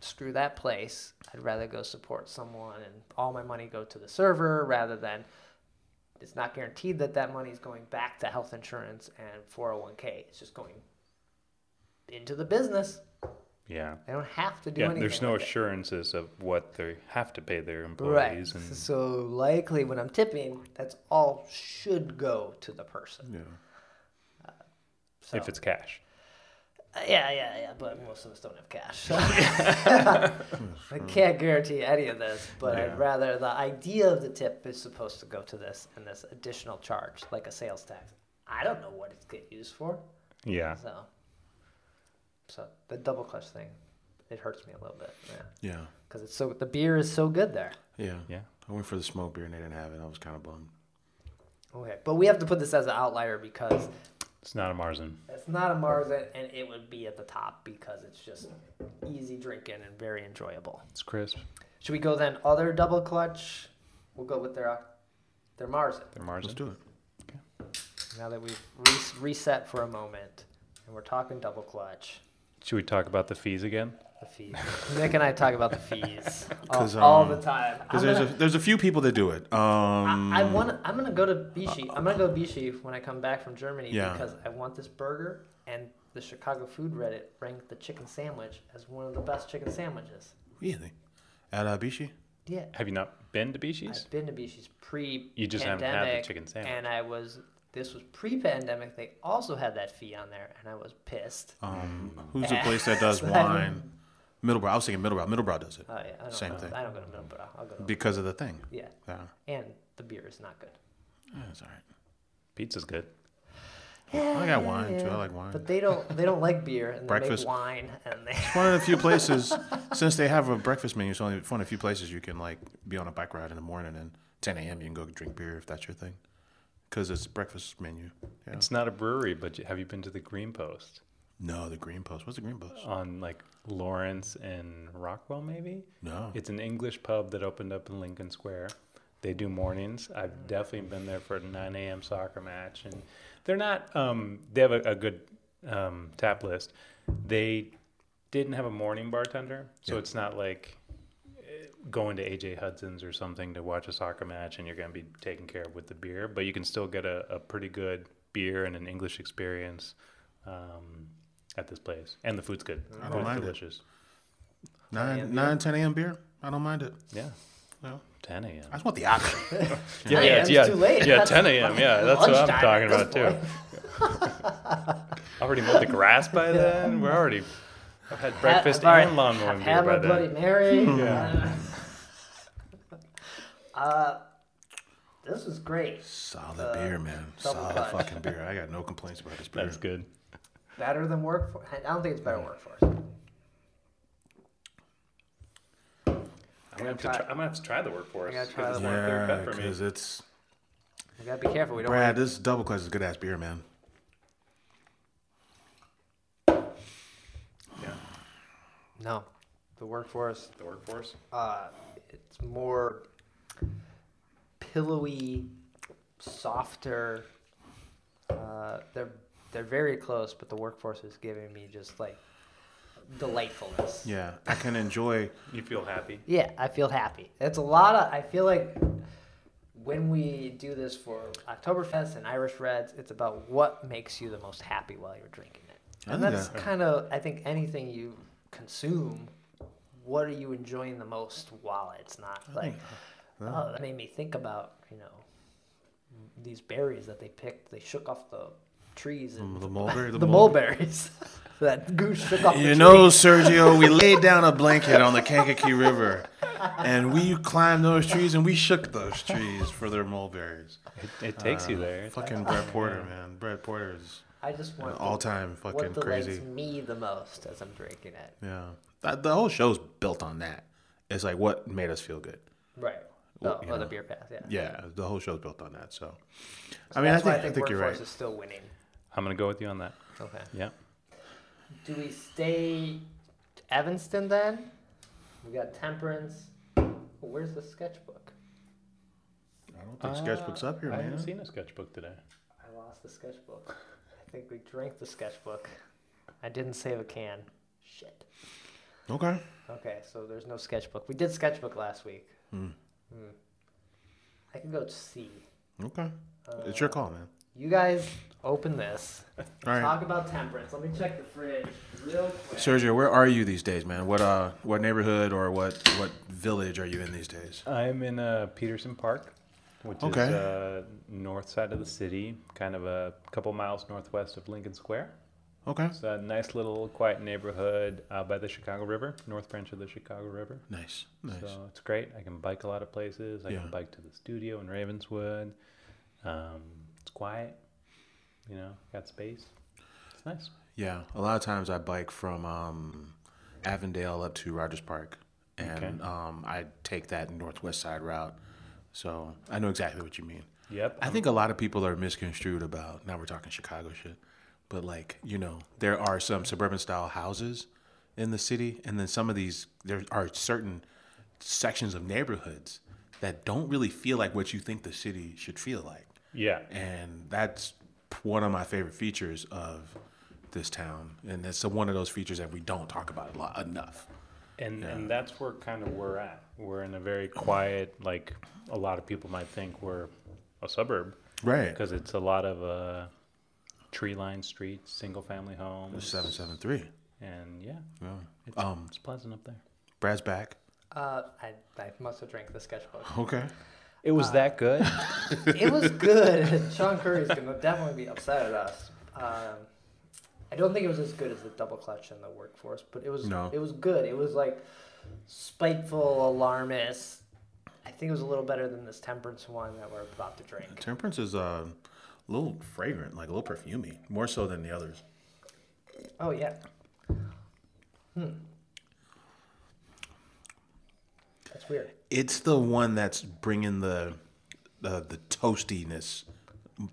Speaker 1: screw that place. I'd rather go support someone and all my money go to the server rather than it's not guaranteed that that money is going back to health insurance and 401k. It's just going into the business.
Speaker 4: Yeah.
Speaker 1: They don't have to do
Speaker 4: Yeah.
Speaker 1: anything.
Speaker 4: There's no
Speaker 1: with it.
Speaker 4: assurances of what they have to pay their
Speaker 1: Right.
Speaker 4: employees and
Speaker 1: So likely when I'm tipping, that's all should go to the person.
Speaker 2: Yeah.
Speaker 1: So.
Speaker 4: if it's cash.
Speaker 1: Uh, Yeah, yeah, yeah, but most of us don't have cash. so- I can't guarantee any of this, but I'd rather the idea of the tip is supposed to go to this and this additional charge, like a sales tax. I don't know what it's get used for,
Speaker 4: Yeah.
Speaker 1: so so the double clutch thing, it hurts me a little bit, yeah,
Speaker 2: Yeah.
Speaker 1: because it's so the beer is so good there.
Speaker 2: Yeah.
Speaker 4: Yeah.
Speaker 2: I went for the smoke beer and they didn't have it. I was kind of bummed.
Speaker 1: Okay, but we have to put this as an outlier because
Speaker 4: It's not a Marzen.
Speaker 1: it's not a Marzen, and it would be at the top because it's just easy drinking and very enjoyable.
Speaker 4: It's crisp.
Speaker 1: Should we go then other double clutch? We'll go with their their Marzen.
Speaker 4: They're
Speaker 2: Let's
Speaker 4: Marzen.
Speaker 2: do it.
Speaker 1: Now that we've re- reset for a moment, and we're talking double clutch,
Speaker 4: Should we talk about the fees again?
Speaker 1: the fees. Nick and I talk about the fees all,
Speaker 2: 'Cause,
Speaker 1: all
Speaker 2: um,
Speaker 1: the time. I'm
Speaker 2: Because there's a
Speaker 1: gonna-
Speaker 2: there's a few people that do it. Um,
Speaker 1: I, I want. I'm gonna go to Bishi. I'm gonna go to Bishi when I come back from Germany
Speaker 2: uh, Yeah.
Speaker 1: because I want this burger. And the Chicago Food Reddit ranked the chicken sandwich as one of the best chicken sandwiches.
Speaker 2: really at Abishi.
Speaker 1: Yeah,
Speaker 4: Have you not been to Bishi's?
Speaker 1: I've been to Bishi's pre.
Speaker 4: You just haven't had the chicken sandwich.
Speaker 1: And I was. This was pre-pandemic. They also had that fee on there, and I was pissed.
Speaker 4: Oh,
Speaker 2: Um, who's the place that does
Speaker 1: So I
Speaker 2: wine? Middlebrow. I was thinking Middlebrow. Middlebrow does it
Speaker 1: Oh yeah, I don't
Speaker 2: Same
Speaker 1: know.
Speaker 2: thing.
Speaker 1: I don't go to Middleborough. I'll go to.
Speaker 2: because of the thing.
Speaker 1: yeah,
Speaker 2: Yeah,
Speaker 1: and the beer is not good.
Speaker 2: that's all right.
Speaker 4: Pizza's good.
Speaker 2: I got wine too. I like wine.
Speaker 1: But they don't. They don't like beer, and
Speaker 2: Breakfast.
Speaker 1: they make wine, and they.
Speaker 2: It's one of the few places since they have a breakfast menu. It's only it's one of the few places you can like be on a bike ride in the morning and 10 a.m. You can go drink beer if that's your thing, because it's breakfast menu. Yeah.
Speaker 4: It's not a brewery, but you- have you been to the Green Post
Speaker 2: No, the Green Post. What's the Green Post?
Speaker 4: on like Lawrence and Rockwell, maybe?
Speaker 2: No.
Speaker 4: It's an English pub that opened up in Lincoln Square. They do mornings.
Speaker 2: Hmm.
Speaker 4: I've definitely been there for a 9 a.m. soccer match, and they're not. Um, they have a, a good um, tap list. They didn't have a morning bartender, so it's not like eh, going to AJ Hudson's or something to watch a soccer match, and you're going to be taken care of with the beer. But you can still get a, a pretty good beer and an English experience um, at this place, and the food's good.
Speaker 2: don't
Speaker 4: Food's
Speaker 2: mind it.
Speaker 4: delicious.
Speaker 2: Nine,
Speaker 1: 10
Speaker 2: nine, 10 a.m. beer. I don't mind it.
Speaker 4: Yeah,
Speaker 2: No.
Speaker 4: 10 a.m.
Speaker 2: I just want the option.
Speaker 4: Yeah,
Speaker 1: 10
Speaker 4: yeah,
Speaker 1: a.m.
Speaker 4: yeah,
Speaker 1: is too late.
Speaker 4: yeah,
Speaker 1: That's
Speaker 4: 10 a.m. Yeah, that's what I'm
Speaker 1: lunchtime
Speaker 4: talking
Speaker 1: at
Speaker 4: about
Speaker 1: this
Speaker 4: too. I already mowed the grass by then. We're already. I've had breakfast
Speaker 1: I've already-
Speaker 4: and lawn
Speaker 1: I've
Speaker 4: mowing beer
Speaker 1: had
Speaker 4: by
Speaker 1: my
Speaker 4: then.
Speaker 1: Bloody Mary.
Speaker 4: Yeah.
Speaker 1: uh, this was great.
Speaker 2: Solid
Speaker 1: Uh,
Speaker 2: beer, man.
Speaker 1: double
Speaker 2: Solid
Speaker 1: clutch.
Speaker 2: fucking beer. I got no complaints about this beer.
Speaker 4: That's good.
Speaker 1: Better than workforce. I don't think it's better workforce. I'm
Speaker 4: I'm gonna, have to
Speaker 1: try-
Speaker 4: try, I'm gonna have to try the workforce.
Speaker 1: I gotta
Speaker 4: 'cause
Speaker 1: try
Speaker 4: it's
Speaker 1: the
Speaker 4: not a clear
Speaker 2: Yeah,
Speaker 4: cut for me.
Speaker 2: because it's
Speaker 1: We gotta be careful. We don't.
Speaker 2: Brad.
Speaker 1: Want
Speaker 2: This double clutch is good ass beer, man.
Speaker 4: Yeah,
Speaker 1: no, the workforce.
Speaker 4: the workforce.
Speaker 1: Uh, it's more pillowy, softer. Uh, they're they're very close, but the workforce is giving me just like delightfulness.
Speaker 2: Yeah, I can enjoy.
Speaker 4: You feel happy.
Speaker 1: Yeah, I feel happy. It's a lot of. I feel like when we do this for Oktoberfest and Irish Reds, it's about what makes you the most happy while you're drinking it,
Speaker 2: I
Speaker 1: and
Speaker 2: think
Speaker 1: that's
Speaker 2: that-
Speaker 1: kind of. I think anything you consume, what are you enjoying the most while it's not like? Oh, that made me think about you know these berries that they picked. They shook off the trees and
Speaker 2: The mulberry,
Speaker 1: the,
Speaker 2: Mm, the
Speaker 1: mulberries that goose shook off. the
Speaker 2: You
Speaker 1: tree.
Speaker 2: know, Sergio, we laid down a blanket on the Kankakee River, and we climbed those trees and we shook those trees for their mulberries.
Speaker 4: It, it takes you
Speaker 2: Uh,
Speaker 4: there.
Speaker 2: Fucking Brett Porter, man. Brett Porter is
Speaker 1: I just
Speaker 2: an
Speaker 1: want the-
Speaker 2: all-time fucking
Speaker 1: what delights
Speaker 2: crazy.
Speaker 1: me the most as I'm drinking it.
Speaker 2: Yeah, That- the whole show's built on that. It's like what made us feel good.
Speaker 1: Right.
Speaker 2: Well,
Speaker 1: oh,
Speaker 2: you
Speaker 1: oh, the
Speaker 2: know.
Speaker 1: beer path. Yeah.
Speaker 2: Yeah, the whole show's built on that. So, I mean, I
Speaker 1: That's
Speaker 2: think,
Speaker 1: why
Speaker 2: I think, you're right.
Speaker 1: Workforce is still winning.
Speaker 4: I'm gonna go with you on that.
Speaker 1: Okay.
Speaker 4: Yeah.
Speaker 1: Do we stay Evanston then? We got Temperance. Where's the sketchbook?
Speaker 2: I don't think sketchbook's up
Speaker 1: Uh,
Speaker 2: here,
Speaker 4: I haven't
Speaker 2: man.
Speaker 4: seen a sketchbook today.
Speaker 1: I lost the sketchbook. I think we drank the sketchbook. I didn't save a can. Shit.
Speaker 2: Okay.
Speaker 1: Okay, so there's no sketchbook. We did sketchbook last week. Hmm. I can go to C.
Speaker 2: Okay. it's your call, man.
Speaker 1: You guys open this.
Speaker 2: All right.
Speaker 1: Talk about temperance. Let me check the fridge real quick.
Speaker 2: Sergio, where are you these days, man? What uh, what neighborhood or what what village are you in these days?
Speaker 4: I'm in uh, Peterson Park, which
Speaker 2: Okay.
Speaker 4: is uh, north side of the city, kind of a couple miles northwest of Lincoln Square.
Speaker 2: Okay,
Speaker 4: It's a nice little quiet neighborhood uh, by the Chicago River, North Branch of the Chicago River.
Speaker 2: nice, nice.
Speaker 4: So it's great. I can bike a lot of places. I
Speaker 2: Yeah.
Speaker 4: can bike to the studio in Ravenswood. Um, it's quiet, you know, got space. It's nice.
Speaker 2: yeah, a lot of times I bike from um, Avondale up to Rogers Park, and
Speaker 4: Okay.
Speaker 2: um, I take that northwest side route. So I know exactly what you mean.
Speaker 4: Yep.
Speaker 2: I think a lot of people are misconstrued about now we're talking Chicago shit, but like you know there are some suburban style houses in the city, and then some of these there are certain sections of neighborhoods that don't really feel like what you think the city should feel like,
Speaker 4: Yeah.
Speaker 2: and that's one of my favorite features of this town, and that's one of those features that we don't talk about a lot enough.
Speaker 4: And and that's where kind of we're at. We're in a very quiet, like a lot of people might think we're a suburb
Speaker 2: Right.
Speaker 4: because it's a lot of uh, tree-lined streets, single-family homes,
Speaker 2: Seven seven three.
Speaker 4: and yeah, it's,
Speaker 2: Um,
Speaker 4: it's pleasant up there.
Speaker 2: Brad's back.
Speaker 1: Uh, I, I must have drank the sketchbook.
Speaker 2: Okay.
Speaker 4: It
Speaker 2: uh,
Speaker 4: was that good.
Speaker 1: it was good. Sean Curry's gonna definitely be upset at us. Um, I don't think it was as good as the double clutch in the workforce, but it was
Speaker 2: No.
Speaker 1: it was good. It was like spiteful, alarmist. I think it was a little better than this temperance one that we're about to drink.
Speaker 2: Temperance is uh, a little fragrant, like a little perfumey, more so than the others.
Speaker 1: Oh yeah, hmm. that's weird.
Speaker 2: It's the one that's bringing the uh, the toastiness.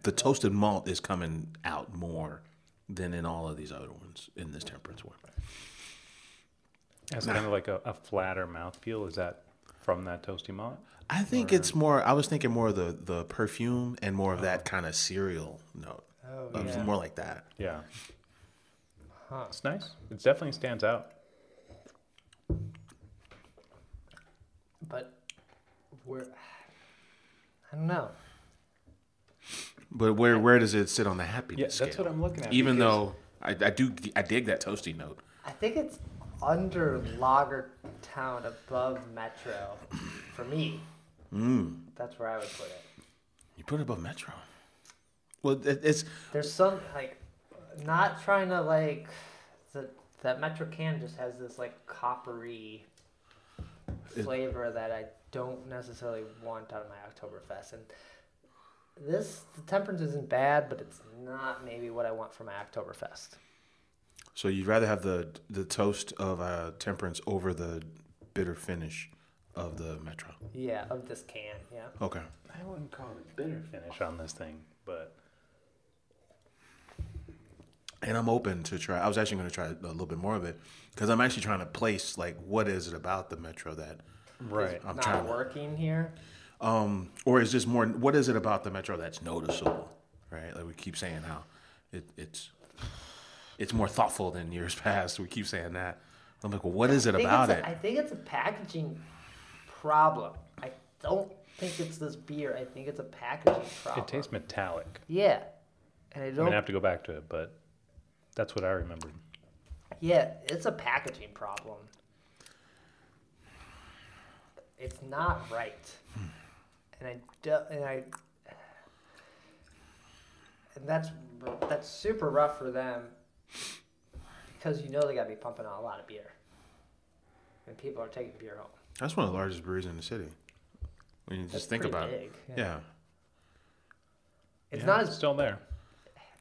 Speaker 2: The toasted malt is coming out more than in all of these other ones in this temperance one.
Speaker 4: That's kind of like a, a flatter mouthfeel. Is that from that toasty malt?
Speaker 2: I think it's more. I was thinking more of the the perfume and more of that kind of cereal note.
Speaker 1: Oh,
Speaker 2: It was
Speaker 1: yeah.
Speaker 2: More like that.
Speaker 4: Oh. Yeah.
Speaker 1: Huh.
Speaker 4: It's nice. It definitely stands out.
Speaker 1: But we're I don't know.
Speaker 2: But where where does it sit on the happiness
Speaker 4: Yeah, that's
Speaker 2: scale?
Speaker 4: what I'm looking at.
Speaker 2: Even
Speaker 4: because-
Speaker 2: though I, I do I dig that toasty note.
Speaker 1: I think it's under Lagertown, above Metro, for me. That's where I would put it.
Speaker 2: You put it above Metro. Well, it, it's
Speaker 1: There's some like, not trying to like, the, that Metro can just has this like coppery flavor that I don't necessarily want out of my Oktoberfest. And this the temperance isn't bad, but it's not maybe what I want for my Oktoberfest.
Speaker 2: so you'd rather have the the toast of uh, temperance over the bitter finish of the Metro.
Speaker 1: Yeah, of this can. Yeah.
Speaker 2: Okay.
Speaker 4: I wouldn't call it bitter finish on this thing, but
Speaker 2: And I'm open to try. I was actually going to try a little bit more of it because I'm actually trying to place like what is it about the Metro that
Speaker 4: right.
Speaker 2: I'm
Speaker 1: not
Speaker 2: trying.
Speaker 1: working here.
Speaker 2: um, or is this more? What is it about the Metro that's noticeable? Right. Like we keep saying how it, it's it's more thoughtful than years past. We keep saying that. I'm like, well, what is it
Speaker 1: think
Speaker 2: about
Speaker 1: it's
Speaker 2: it?
Speaker 1: a- I think it's a packaging problem. I don't think it's this beer. I think it's a packaging problem.
Speaker 4: It tastes metallic.
Speaker 1: Yeah, and I
Speaker 4: I'm
Speaker 1: don't.
Speaker 4: gonna have to go back to it, but that's what I remembered.
Speaker 1: yeah, it's a packaging problem. It's not right, and I do, and I. And that's that's super rough for them because you know they got to be pumping out a lot of beer, and people are taking beer home.
Speaker 2: That's one of the largest breweries in the city. When you
Speaker 1: That's
Speaker 2: just think
Speaker 1: pretty
Speaker 2: about it.
Speaker 1: big, yeah.
Speaker 2: Yeah.
Speaker 1: It's
Speaker 4: Yeah,
Speaker 1: not as
Speaker 4: still there.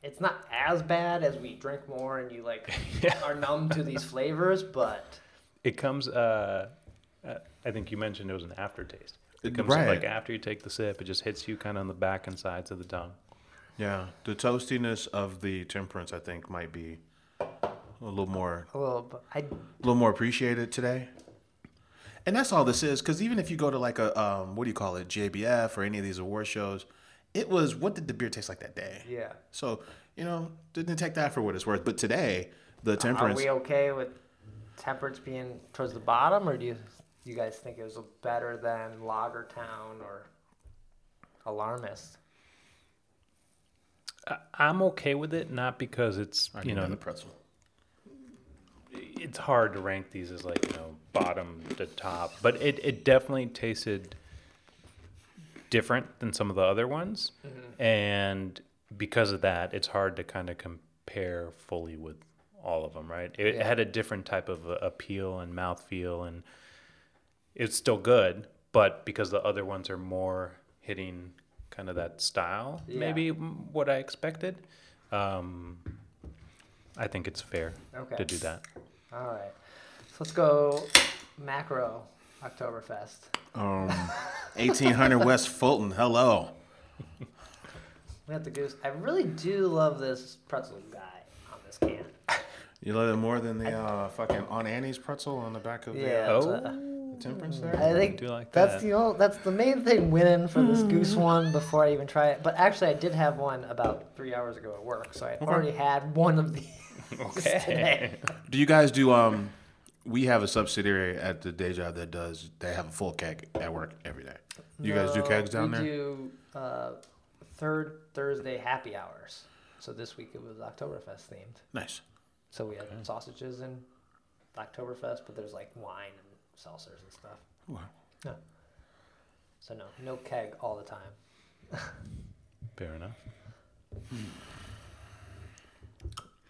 Speaker 1: it's not as bad as we drink more and you like are numb to these flavors, but
Speaker 4: It comes. Uh, uh, I think you mentioned it was an aftertaste. It comes
Speaker 2: Right.
Speaker 4: like after you take the sip, it just hits you kind of on the back and sides of the tongue.
Speaker 2: Yeah. The toastiness of the temperance I think might be a little more
Speaker 1: a little. But I
Speaker 2: a little more appreciated today. And that's all this is cuz even if you go to like a um, what do you call it? JBF or any of these award shows, it was what did the beer taste like that day?
Speaker 1: yeah.
Speaker 2: So, you know, didn't take that for what it's worth, but today the
Speaker 1: Are
Speaker 2: temperance
Speaker 1: we okay with temperance being towards the bottom, or do you you guys think it was better than Lagertown or Alarmist?
Speaker 4: I, I'm okay with it, not because it's
Speaker 2: I
Speaker 4: you
Speaker 2: need
Speaker 4: know
Speaker 2: another pretzel.
Speaker 4: it's hard to rank these as like you know bottom to top, but it it definitely tasted different than some of the other ones,
Speaker 1: Mm-hmm.
Speaker 4: and because of that, it's hard to kind of compare fully with all of them. Right? It
Speaker 1: Yeah.
Speaker 4: had a different type of uh, appeal and mouthfeel, and it's still good, but because the other ones are more hitting kind of that style,
Speaker 1: Yeah.
Speaker 4: maybe m- what I expected. Um, I think it's fair
Speaker 1: Okay.
Speaker 4: to do that.
Speaker 1: All right, so let's go macro Oktoberfest.
Speaker 2: Um, 1800 West Fulton. Hello.
Speaker 1: Not the goose. I really do love this pretzel guy on this can.
Speaker 2: You love it more than the uh, fucking on Annie's pretzel on the back of the, uh,
Speaker 1: Yeah.
Speaker 4: Oh,
Speaker 2: the temperance there.
Speaker 1: I think
Speaker 4: do like
Speaker 1: that's
Speaker 4: that.
Speaker 1: the old, that's the main thing winning for this goose one before I even try it. But actually, I did have one about three hours ago at work, so I would already had one of these.
Speaker 4: okay.
Speaker 2: Do you guys do um? We have a subsidiary at the day job that does. They have a full keg at work every day. You guys do
Speaker 1: No,
Speaker 2: kegs down
Speaker 1: we
Speaker 2: there?
Speaker 1: do uh, third Thursday happy hours. So this week it was Oktoberfest themed.
Speaker 2: Nice.
Speaker 1: So we had sausages and Oktoberfest, but there's like wine and seltzers and stuff.
Speaker 2: Wow.
Speaker 1: No. So no, no keg all the time.
Speaker 4: Fair enough.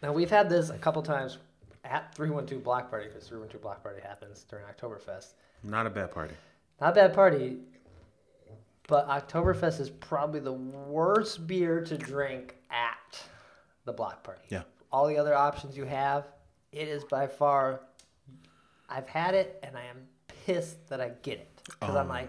Speaker 1: Now we've had this a couple times at 312 Block Party because 312 Block Party happens during Oktoberfest.
Speaker 2: Not a bad party.
Speaker 1: Not a bad party, but Oktoberfest is probably the worst beer to drink at the block party.
Speaker 2: Yeah.
Speaker 1: All the other options you have, it is by far. I've had it, and I am pissed that I get it because I'm like,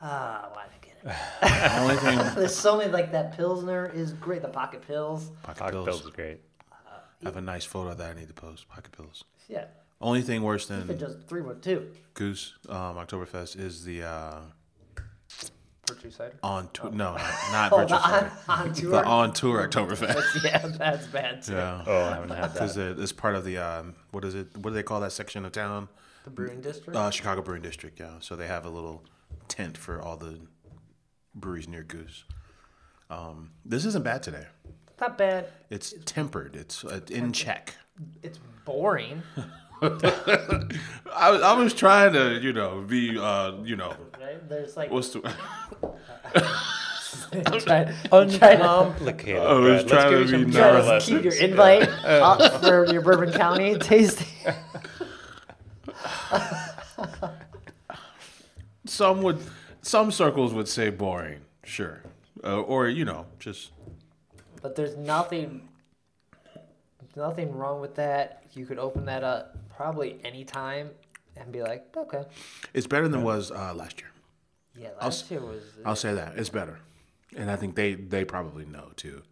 Speaker 1: ah, why did I get
Speaker 2: Oh. The only thing
Speaker 1: it? There's so many like that Pilsner is great. The pocket pills,
Speaker 2: pocket
Speaker 4: Cocktails
Speaker 2: pills.
Speaker 4: is great.
Speaker 2: I have a nice photo that I need to post. Pocket pills.
Speaker 1: yeah.
Speaker 2: Only thing worse
Speaker 1: If it
Speaker 2: than
Speaker 1: does three one two
Speaker 2: Goose um, Oktoberfest is the uh,
Speaker 1: virtue cider.
Speaker 2: on tour. No, not, not
Speaker 1: Oh,
Speaker 2: virtual.
Speaker 1: the on,
Speaker 2: cider.
Speaker 1: on
Speaker 2: The,
Speaker 1: tour.
Speaker 2: on tour Oktoberfest.
Speaker 1: yeah, that's bad too.
Speaker 2: Yeah.
Speaker 4: Oh, I haven't had that.
Speaker 2: Because it's part of the um, what is it? What do they call that section of town?
Speaker 1: The brewing district.
Speaker 2: Uh, Chicago Brewing District. Yeah. So they have a little tent for all the breweries near Goose. Um, this isn't bad today.
Speaker 1: Not bad.
Speaker 2: It's tempered. It's uh, in check.
Speaker 1: It's boring.
Speaker 2: I, was- I was trying to, you know, be, uh, you know,
Speaker 1: Right? There's like
Speaker 2: what's the?
Speaker 1: I'm trying, I'm trying to
Speaker 4: Uncomplicated.
Speaker 2: I was
Speaker 4: Brad. Let's
Speaker 2: trying
Speaker 4: give
Speaker 2: to
Speaker 4: you some
Speaker 2: be
Speaker 4: power
Speaker 2: nervous.
Speaker 1: just
Speaker 4: lessons.
Speaker 1: keep your invite up for your Bourbon County tasting.
Speaker 2: Some would, some circles would say boring, sure, uh, or you know, just
Speaker 1: But there's nothing, nothing wrong with that. You could open that up probably any time and be like, okay,
Speaker 2: it's better than it was uh, last year.
Speaker 1: yeah, last year was
Speaker 2: I'll say that it's better, and I think they they probably know too.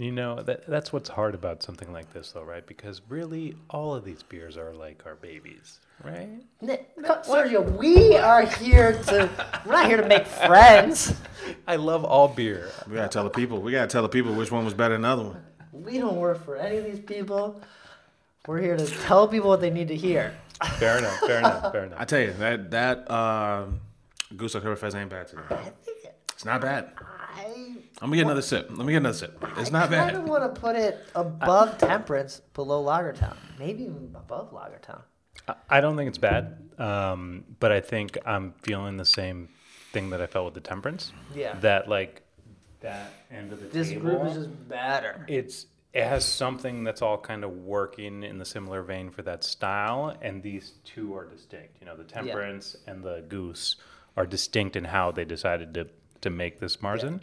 Speaker 4: You know, that, that's what's hard about something like this, though, right? Because really, all of these beers are like our babies, right?
Speaker 1: N- come- Sergio. We are here to. We're not here to make friends.
Speaker 4: I love all beer.
Speaker 2: We gotta tell the people. We gotta tell the people which one was better than the other one.
Speaker 1: We don't work for any of these people. We're here to tell people what they need to hear.
Speaker 4: Fair enough, fair enough, fair
Speaker 2: I
Speaker 4: enough.
Speaker 2: tell you that that um, Goose Oktoberfest ain't bad today. It's not bad.
Speaker 1: I
Speaker 2: Let me get another sip. Let me get another sip. It's not
Speaker 1: I kind of
Speaker 2: bad.
Speaker 1: want to put it above Temperance, below Lagertown. Maybe even above Lagertown.
Speaker 4: I, I don't think it's bad, um, but I think I'm feeling the same thing that I felt with the temperance.
Speaker 1: Yeah.
Speaker 4: That, like, that end of the
Speaker 1: This
Speaker 4: table.
Speaker 1: group is just better.
Speaker 4: it's it has something that's all kind of working in the similar vein for that style and these two are distinct you know the temperance and the goose are distinct in how they decided to to make this marzen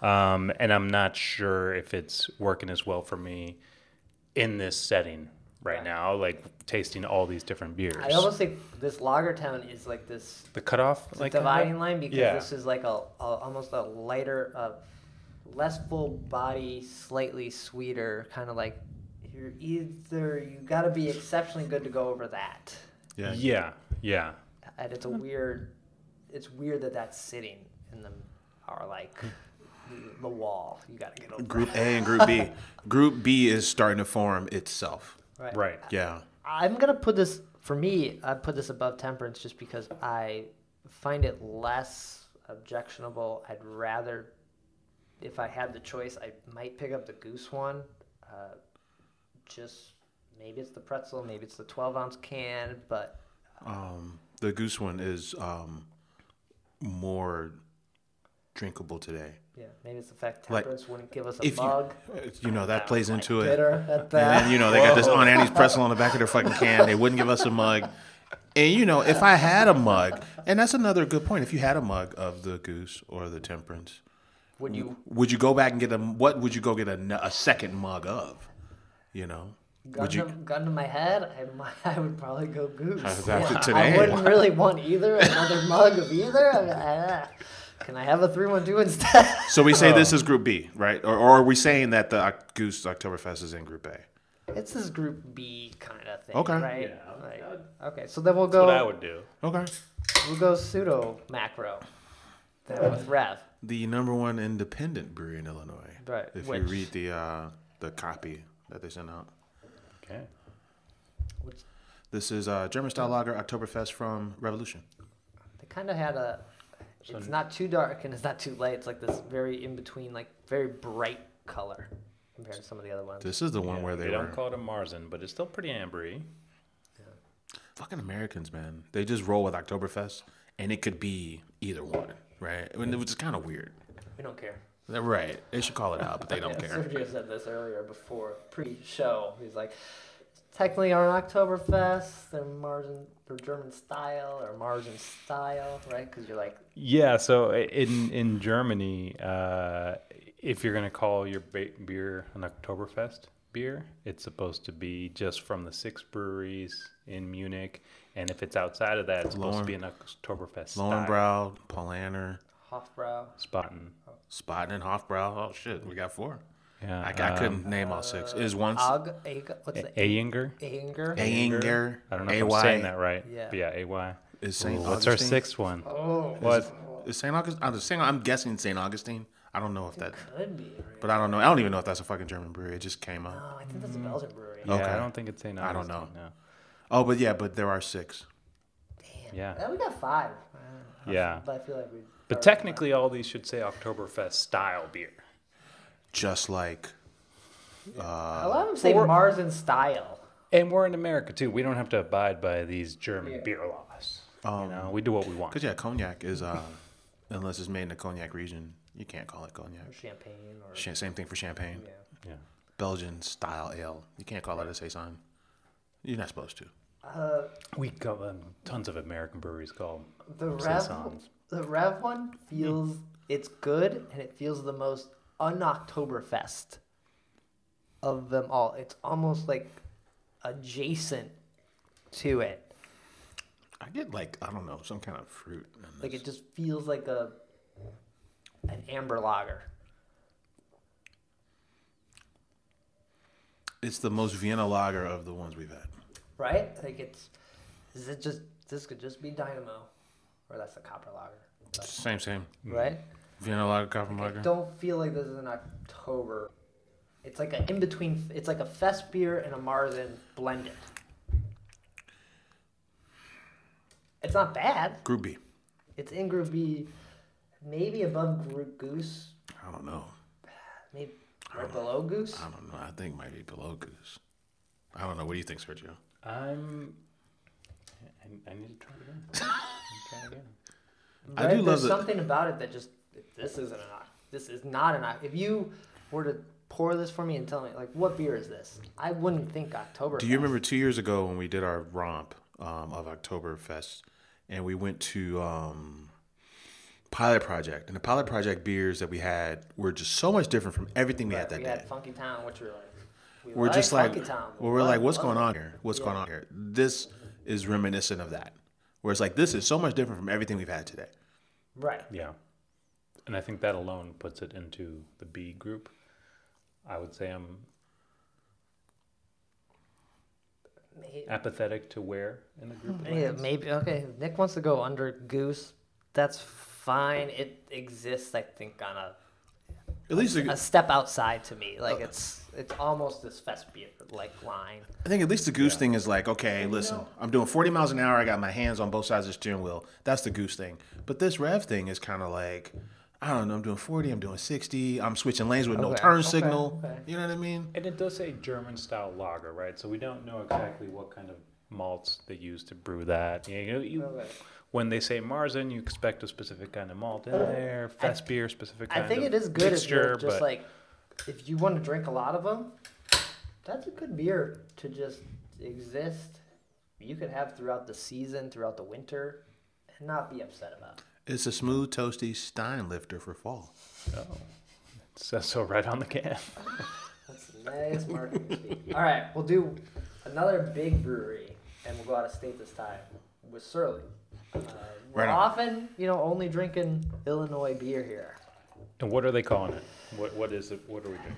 Speaker 4: um, and i'm not sure if it's working as well for me in this setting right,
Speaker 1: Right.
Speaker 4: now like tasting all these different beers
Speaker 1: I almost think this Lagertown is like this
Speaker 4: the cutoff like kinda?
Speaker 1: dividing line because
Speaker 4: Yeah.
Speaker 1: this is like a, a almost a lighter, uh, less full body, slightly sweeter kind of like. You're either you got to be exceptionally good to go over that,
Speaker 2: Yeah.
Speaker 4: yeah yeah
Speaker 1: and it's a
Speaker 4: Hmm.
Speaker 1: weird. It's weird that that's sitting in the or like the, the wall. You got to get over. it.
Speaker 2: Group A and Group B. Group B is starting to form itself.
Speaker 4: right
Speaker 2: Yeah.
Speaker 1: I'm gonna put this for me. I put this above temperance just because I find it less objectionable. I'd rather, if I had the choice, I might pick up the goose one. Uh, just maybe it's the pretzel, maybe it's the 12 ounce can, but
Speaker 2: Um, the Goose one is um, more drinkable today.
Speaker 1: yeah, maybe it's the fact
Speaker 2: Like,
Speaker 1: temperance wouldn't give us a
Speaker 2: if you-
Speaker 1: bug.
Speaker 2: You know that plays into it.
Speaker 1: Bitter at that.
Speaker 2: And then, you know, they got this Aunt Annie's pretzel on the back of their fucking can. They wouldn't give us a mug. And, you know, if I had a mug, and that's another good point. If you had a mug of the goose or the temperance,
Speaker 1: Would you?
Speaker 2: would you go back and get a, what would you go get a, n- a second mug of? You know?
Speaker 1: Gun,
Speaker 2: Would you,
Speaker 1: to, gun to my head, I, might, I would probably go goose.
Speaker 2: after
Speaker 1: I
Speaker 2: today?
Speaker 1: wouldn't really want either another mug of either. I- I- Can I have a 312 instead?
Speaker 2: So we say this is Group B, right? Or, or are we saying that the Oc- Goose Oktoberfest is in Group A?
Speaker 1: it's this group B kind of thing,
Speaker 2: Okay.
Speaker 1: right?
Speaker 4: Yeah,
Speaker 1: Like,
Speaker 4: that would-
Speaker 1: okay, so then we'll
Speaker 4: That's what I
Speaker 1: go
Speaker 4: would do.
Speaker 2: Okay.
Speaker 1: we'll go pseudo macro. Then with Rev.
Speaker 2: The number one independent brewery in Illinois.
Speaker 1: Right,
Speaker 2: If you
Speaker 1: which-
Speaker 2: read the uh, the copy that they sent out.
Speaker 4: Okay.
Speaker 1: Which
Speaker 2: This is uh, German style lager Oktoberfest from Revolution.
Speaker 1: they kind of had a it's not too dark and it's not too light. It's like this very in between, like very bright color compared to some of the other ones.
Speaker 2: This is the one
Speaker 4: Yeah,
Speaker 2: where they, were
Speaker 4: don't call it a Marzen, but it's still pretty ambery.
Speaker 2: fucking Americans, man. They just roll with Oktoberfest, and it could be either one, right? I mean, it was just kind of weird.
Speaker 1: We don't care.
Speaker 2: They're right. They should call it out, but they don't
Speaker 1: Yeah,
Speaker 2: care.
Speaker 1: Sergio said this earlier before pre-show. He's like, technically on Oktoberfest, they're Margin, they're German style or Margin style, right? Because you're like,
Speaker 4: Yeah, so i- in in Germany, uh, if you're gonna call your ba- beer an Oktoberfest beer, it's supposed to be just from the six breweries in Munich, and if it's outside of that, it's supposed to be an Oktoberfest style.
Speaker 2: Lowenbrau, Paulaner,
Speaker 1: Hofbrau.
Speaker 4: Spaten.
Speaker 2: Spaten, and Hofbrau. Oh shit, we got four.
Speaker 4: Yeah, um,
Speaker 2: I, I couldn't name all six. Is one
Speaker 1: Og, Ag, what's it?
Speaker 4: Ayinger.
Speaker 1: Anger.
Speaker 2: Ayinger?
Speaker 4: I don't know if I'm saying that right.
Speaker 1: Yeah.
Speaker 4: But yeah, A Y.
Speaker 2: Is Saint
Speaker 4: What's our
Speaker 2: Augustine?
Speaker 4: sixth one?
Speaker 1: Oh,
Speaker 4: What?
Speaker 2: Is Saint Augustine? I'm, saying, I'm guessing Saint Augustine. I don't know if that,
Speaker 1: could be. right?
Speaker 2: but I don't know. I don't even know if that's a fucking German brewery. It just came up.
Speaker 1: Oh, I think that's a Belgian brewery.
Speaker 4: Mm. Yeah,
Speaker 2: Okay.
Speaker 4: I don't think it's Saint
Speaker 2: I
Speaker 4: Augustine.
Speaker 2: don't know.
Speaker 4: no.
Speaker 2: Oh, but yeah, but there are six.
Speaker 4: Yeah,
Speaker 1: Yeah, we got five. Uh,
Speaker 4: yeah.
Speaker 1: But I feel like we.
Speaker 4: But technically, all these should say Oktoberfest style beer.
Speaker 2: Just like
Speaker 1: I love them say
Speaker 4: uh, Four-
Speaker 1: Mars in style.
Speaker 4: And we're in America too. We don't have to abide by these German beer laws. you know, we do what we want.
Speaker 2: Because yeah, cognac is uh, unless it's made in the cognac region, you can't call it cognac.
Speaker 1: Or champagne or.
Speaker 2: Ch- same thing for champagne.
Speaker 1: Yeah.
Speaker 4: Yeah.
Speaker 2: Belgian style ale, you can't call it a saison. You're not supposed to.
Speaker 4: We go um, tons of American breweries call 'em
Speaker 1: The Rev,
Speaker 4: saisons.
Speaker 1: the Rev one feels it's good, and it feels the most un Oktoberfest of them all. It's almost like adjacent to it.
Speaker 2: I get like I don't know some kind of fruit. in
Speaker 1: Like
Speaker 2: this.
Speaker 1: it just feels like a an amber lager.
Speaker 2: It's the most Vienna lager of the ones we've had.
Speaker 1: right? Like it's is it just this could just be Dynamo, or that's the Copper Lager,
Speaker 2: Same, same.
Speaker 1: right?
Speaker 2: Vienna lager, copper lager.
Speaker 1: I don't feel like this is an October. It's like an in between. It's like a fest beer and a Marzen blended. It's not bad.
Speaker 2: Group B.
Speaker 1: It's in Group B, maybe above Group Goose,
Speaker 2: I don't know.
Speaker 1: maybe right below Goose.
Speaker 2: Oh, I don't know. I think it might be below goose. I don't know. What do you think, Sergio?
Speaker 4: I'm. I, I need to try it again. I'm trying again.
Speaker 2: I
Speaker 1: Right?
Speaker 2: do love
Speaker 1: There's
Speaker 2: that-
Speaker 1: something about it that just this isn't an Oc- this is not an Oc- if you were to pour this for me and tell me like what beer is this I wouldn't think October.
Speaker 2: Do you remember two years ago when we did our romp um, of Oktoberfest and we went to um, Pilot Project? And the Pilot Project beers that we had were just so much different from everything we had that
Speaker 1: we
Speaker 2: day.
Speaker 1: had Funky Town, which we were like we
Speaker 2: we're just like,
Speaker 1: Funky Town.
Speaker 2: well, we're
Speaker 1: What-
Speaker 2: like, what's
Speaker 1: what-
Speaker 2: going on here? What's going on here? This is reminiscent of that. Where it's like, this is so much different from everything we've had today.
Speaker 1: Right,
Speaker 4: Yeah. And I think that alone puts it into the B group. I would say I'm
Speaker 1: May-
Speaker 4: apathetic to where in the group. it
Speaker 1: yeah,
Speaker 4: lands.
Speaker 1: maybe okay. if Nick wants to go under Goose. That's fine. It exists, I think, on a,
Speaker 2: At least, the,
Speaker 1: a step outside to me. Like it's it's almost this fest beer like line.
Speaker 2: I think at least the goose thing is like, okay, listen, I'm doing 40 miles an hour. I got my hands on both sides of the steering wheel. That's the goose thing. But this rev thing is kind of like, I don't know, I'm doing 40, I'm doing 60, I'm switching lanes with no
Speaker 1: Okay,
Speaker 2: turn
Speaker 1: okay,
Speaker 2: signal.
Speaker 1: okay.
Speaker 2: You know what I mean?
Speaker 4: And it does say German style lager, right? So we don't know exactly what kind of malts they use to brew that. You know, you,
Speaker 1: Okay.
Speaker 4: when they say Marzen, you expect a specific kind of malt in there, fest beer, specific
Speaker 1: Uh, I
Speaker 4: kind
Speaker 1: think
Speaker 4: of
Speaker 1: it is good
Speaker 4: mixture,
Speaker 1: if you're just
Speaker 4: but
Speaker 1: like if you want to drink a lot of them, that's a good beer to just exist. You could have throughout the season, throughout the winter, and not be upset about.
Speaker 2: It's a smooth, toasty Stein lifter for fall.
Speaker 4: oh, it says so right on the can.
Speaker 1: That's nice marketing speak. All right, we'll do another big brewery, and we'll go out of state this time with Surly. Uh, We're
Speaker 2: Right on.
Speaker 1: often, you know, only drinking Illinois beer here.
Speaker 4: And what are they calling it? What what is it? What are we drinking?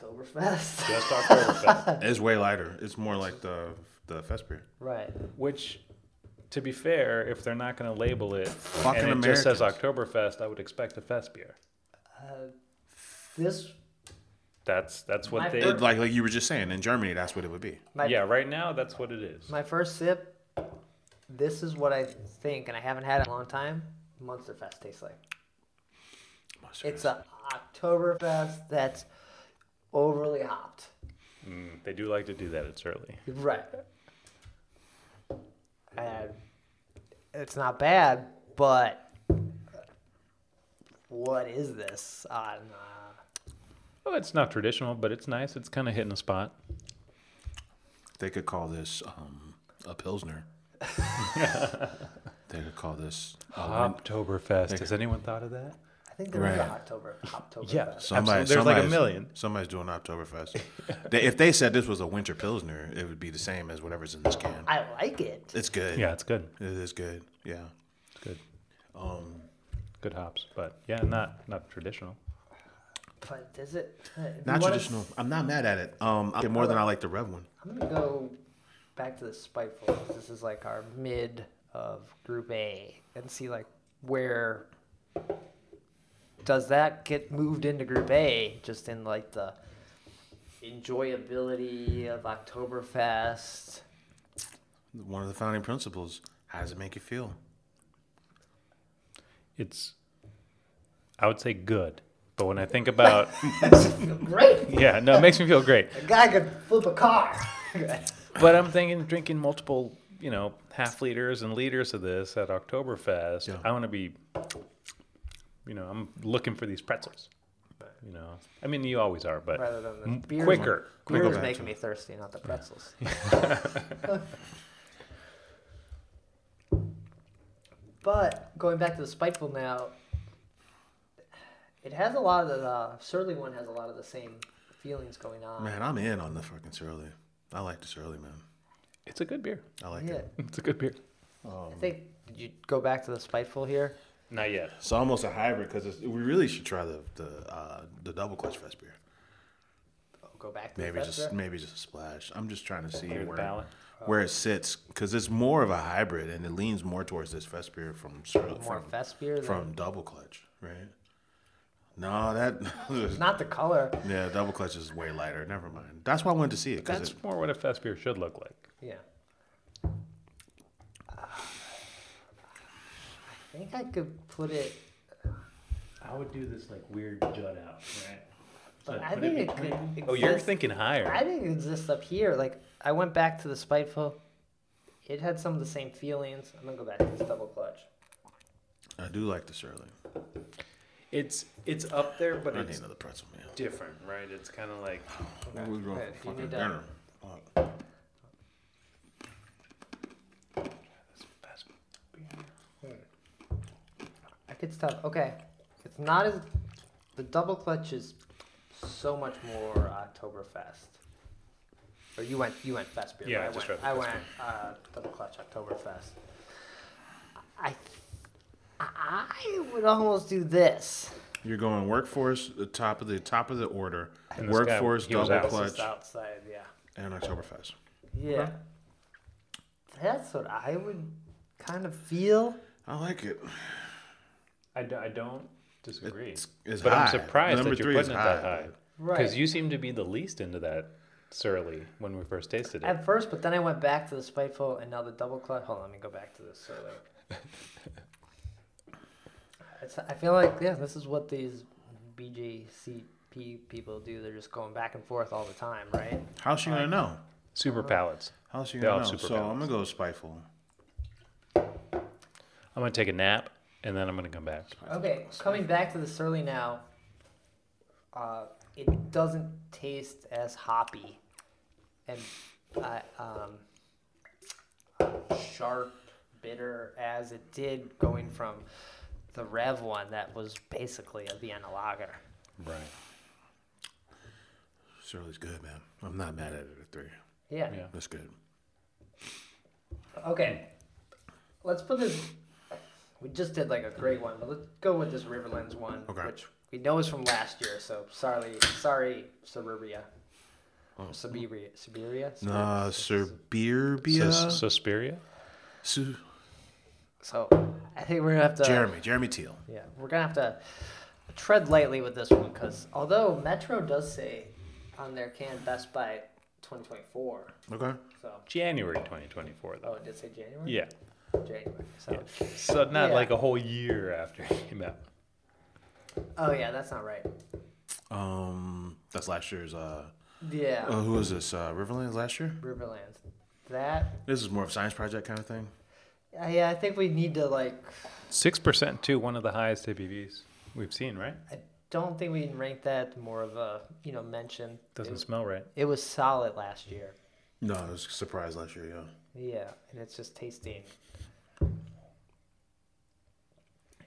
Speaker 1: Oktoberfest.
Speaker 4: Just Oktoberfest.
Speaker 2: It's way lighter. It's more like the the fest beer.
Speaker 1: right.
Speaker 4: Which, to be fair, if they're not going to label it
Speaker 2: Fucking
Speaker 4: and it just says
Speaker 2: Americans.
Speaker 4: Oktoberfest, I would expect a fest beer.
Speaker 1: This
Speaker 4: That's that's what
Speaker 1: My
Speaker 4: they.
Speaker 1: favorite-
Speaker 2: Like like you were just saying in Germany, that's what it would be.
Speaker 1: my
Speaker 4: yeah, right now that's what it is.
Speaker 1: my first sip. This is what I think, and I haven't had it in a long time. Munsterfest tastes like. It's a Oktoberfest that's overly hopped.
Speaker 4: They do like to do that. It's early.
Speaker 1: Right. And it's not bad, but what is this on? Uh,
Speaker 4: Oh, it's not traditional, but it's nice. It's kind of hitting a spot.
Speaker 2: They could call this um, a pilsner. they could call this a win-
Speaker 4: Oh, Oktoberfest. Has anyone thought of that?
Speaker 1: I think there is
Speaker 2: Right.
Speaker 1: a October. October
Speaker 4: Yeah,
Speaker 2: Somebody,
Speaker 4: absolutely. There's like
Speaker 2: somebody's-
Speaker 4: a million.
Speaker 2: Somebody's doing Oktoberfest. they, if they said this was a winter pilsner, it would be the same as whatever's in this can.
Speaker 1: I like it.
Speaker 2: It's good.
Speaker 4: Yeah, it's good.
Speaker 2: it is good. Yeah,
Speaker 4: It's good.
Speaker 2: um,
Speaker 4: Good hops, but yeah, not not traditional.
Speaker 1: But is it? uh, if you
Speaker 2: not
Speaker 1: wanna-
Speaker 2: traditional. I'm not mad at it. Um, I get more than I like the red one.
Speaker 1: I'm gonna go back to the spiteful. 'cause This is like our mid of Group A, and see like where does that get moved into Group A? Just in like the enjoyability of Oktoberfest.
Speaker 2: One of the founding principles. How does it make you feel?
Speaker 4: It's, I would say good, but when I think about,
Speaker 1: Great,
Speaker 4: yeah, no, it makes me feel great.
Speaker 1: a guy could flip a car.
Speaker 4: But I'm thinking drinking multiple, you know, half liters and liters of this at Oktoberfest.
Speaker 2: Yeah.
Speaker 4: I want to be, you know, I'm looking for these pretzels. You know, I mean, you always are, but
Speaker 1: Rather than the
Speaker 4: m-
Speaker 1: beers.
Speaker 4: quicker.
Speaker 1: Beer is
Speaker 2: back
Speaker 1: making
Speaker 2: to
Speaker 1: me thirsty, not the pretzels. but going back to the spiteful now, it has a lot of the uh, surly one has a lot of the same feelings going on.
Speaker 2: Man, I'm in on the fucking Surly. I like the Surly, man.
Speaker 4: It's a good beer.
Speaker 2: I like
Speaker 1: yeah,
Speaker 2: it. Um,
Speaker 4: It's a good beer.
Speaker 1: I think did you go back to the spiteful here?
Speaker 4: Not yet.
Speaker 2: It's almost a hybrid because we really should try the the uh, the double clutch fest beer.
Speaker 1: Go back to
Speaker 2: Maybe
Speaker 1: the
Speaker 2: just
Speaker 1: Fester?
Speaker 2: maybe just a splash. I'm just trying to see
Speaker 4: Clear the
Speaker 2: where,
Speaker 4: palate.
Speaker 2: where it sits because it's more of a hybrid and it leans more towards this fest beer from Sur-
Speaker 1: more
Speaker 2: from,
Speaker 1: fest beer than
Speaker 2: from double clutch, right? No, that
Speaker 1: not the color.
Speaker 2: yeah, double clutch is way lighter. Never mind. That's why I wanted to see it because
Speaker 4: That's more what a fest beer should look like.
Speaker 1: Yeah. I think I could put it.
Speaker 4: I would do this like weird jut out, right?
Speaker 1: But I think it could.
Speaker 4: Oh, you're
Speaker 1: exist-
Speaker 4: thinking higher.
Speaker 1: I think it exists up here. Like I went back to the spiteful. It had some of the same feelings. I'm gonna go back to this double clutch.
Speaker 2: I do like the Surly.
Speaker 4: It's it's up there, but
Speaker 2: I need another pretzel, man.
Speaker 4: different, right? It's kind of like
Speaker 2: We're going
Speaker 1: Hey,
Speaker 2: for
Speaker 1: you
Speaker 2: fucking
Speaker 1: need that.
Speaker 2: dinner.
Speaker 1: I could stop. Okay, it's not as the double clutch is so much more Oktoberfest. Or you went you went fest beer.
Speaker 4: Yeah,
Speaker 1: right?
Speaker 4: I
Speaker 1: I
Speaker 4: just
Speaker 1: went,
Speaker 4: read
Speaker 1: I
Speaker 4: the
Speaker 1: went uh, double clutch Oktoberfest. I I would almost do this.
Speaker 2: You're going workforce, the top of the top of the order,
Speaker 4: And this guy,
Speaker 2: workforce,
Speaker 4: he was
Speaker 2: double
Speaker 4: out.
Speaker 1: Just
Speaker 2: clutch,
Speaker 1: outside, yeah.
Speaker 2: and Oktoberfest.
Speaker 1: Yeah. That's what I would kind of feel.
Speaker 2: I like it.
Speaker 4: I, d- I don't disagree.
Speaker 2: It's, it's
Speaker 4: but
Speaker 2: high.
Speaker 4: I'm surprised
Speaker 2: Number
Speaker 4: that you're
Speaker 2: three is
Speaker 4: putting it that high.
Speaker 1: Right.
Speaker 4: Because you seem to be the least into that surly when we first tasted it.
Speaker 1: At first, but then I went back to the spiteful and now the double clutch. Hold on, let me go back to this. So like, it's, I feel like yeah, this is what these BJCP people do. They're just going back and forth all the time, right?
Speaker 2: How's she gonna know?
Speaker 4: Super palates.
Speaker 2: How's she
Speaker 4: They're
Speaker 2: gonna
Speaker 4: all
Speaker 2: know?
Speaker 4: super
Speaker 2: So I'm
Speaker 4: balanced.
Speaker 2: gonna go with spiteful.
Speaker 4: I'm gonna take a nap and then I'm gonna come back.
Speaker 1: Okay, coming back to the surly now. Uh, it doesn't taste as hoppy, and uh, um, sharp, bitter as it did going from the Rev one that was basically a Vienna lager.
Speaker 4: Right.
Speaker 2: Surly's good, man. I'm not mad at it at three.
Speaker 1: Yeah.
Speaker 4: Yeah.
Speaker 2: That's good.
Speaker 1: Okay. let's put this. We just did like a great one, but let's go with this Riverlands one,
Speaker 2: Okay.
Speaker 1: which we know is from last year. So sorry, sorry, Suburbia. Siberia, Siberia.
Speaker 2: Oh. Nah,
Speaker 4: Yeah.
Speaker 2: Serbia.
Speaker 4: Suspiria?
Speaker 2: Su-
Speaker 1: So I think we're gonna have to.
Speaker 2: Jeremy, Jeremy Teal.
Speaker 1: Yeah, we're gonna have to tread lightly with this one because although Metro does say on their can Best by 2024,
Speaker 2: Okay.
Speaker 1: so
Speaker 4: January 2024, though.
Speaker 1: oh, it did say January.
Speaker 4: Yeah.
Speaker 1: January. So
Speaker 4: So not
Speaker 1: Yeah.
Speaker 4: like a whole year after it came out.
Speaker 1: oh yeah, that's not right.
Speaker 2: Um, that's last year's. Uh,
Speaker 1: Yeah,
Speaker 2: uh, who was this? Uh, Riverlands last year.
Speaker 1: Riverlands. That
Speaker 2: This is more of a science project kind of thing.
Speaker 1: uh, yeah, I think we need to like.
Speaker 4: 6% too, one of the highest ABVs we've seen, right?
Speaker 1: I don't think we can rank that more of a you know mention.
Speaker 4: Doesn't smell right.
Speaker 1: It was solid last year.
Speaker 2: No, it was a surprise last year. Yeah.
Speaker 1: Yeah, and it's just tasting.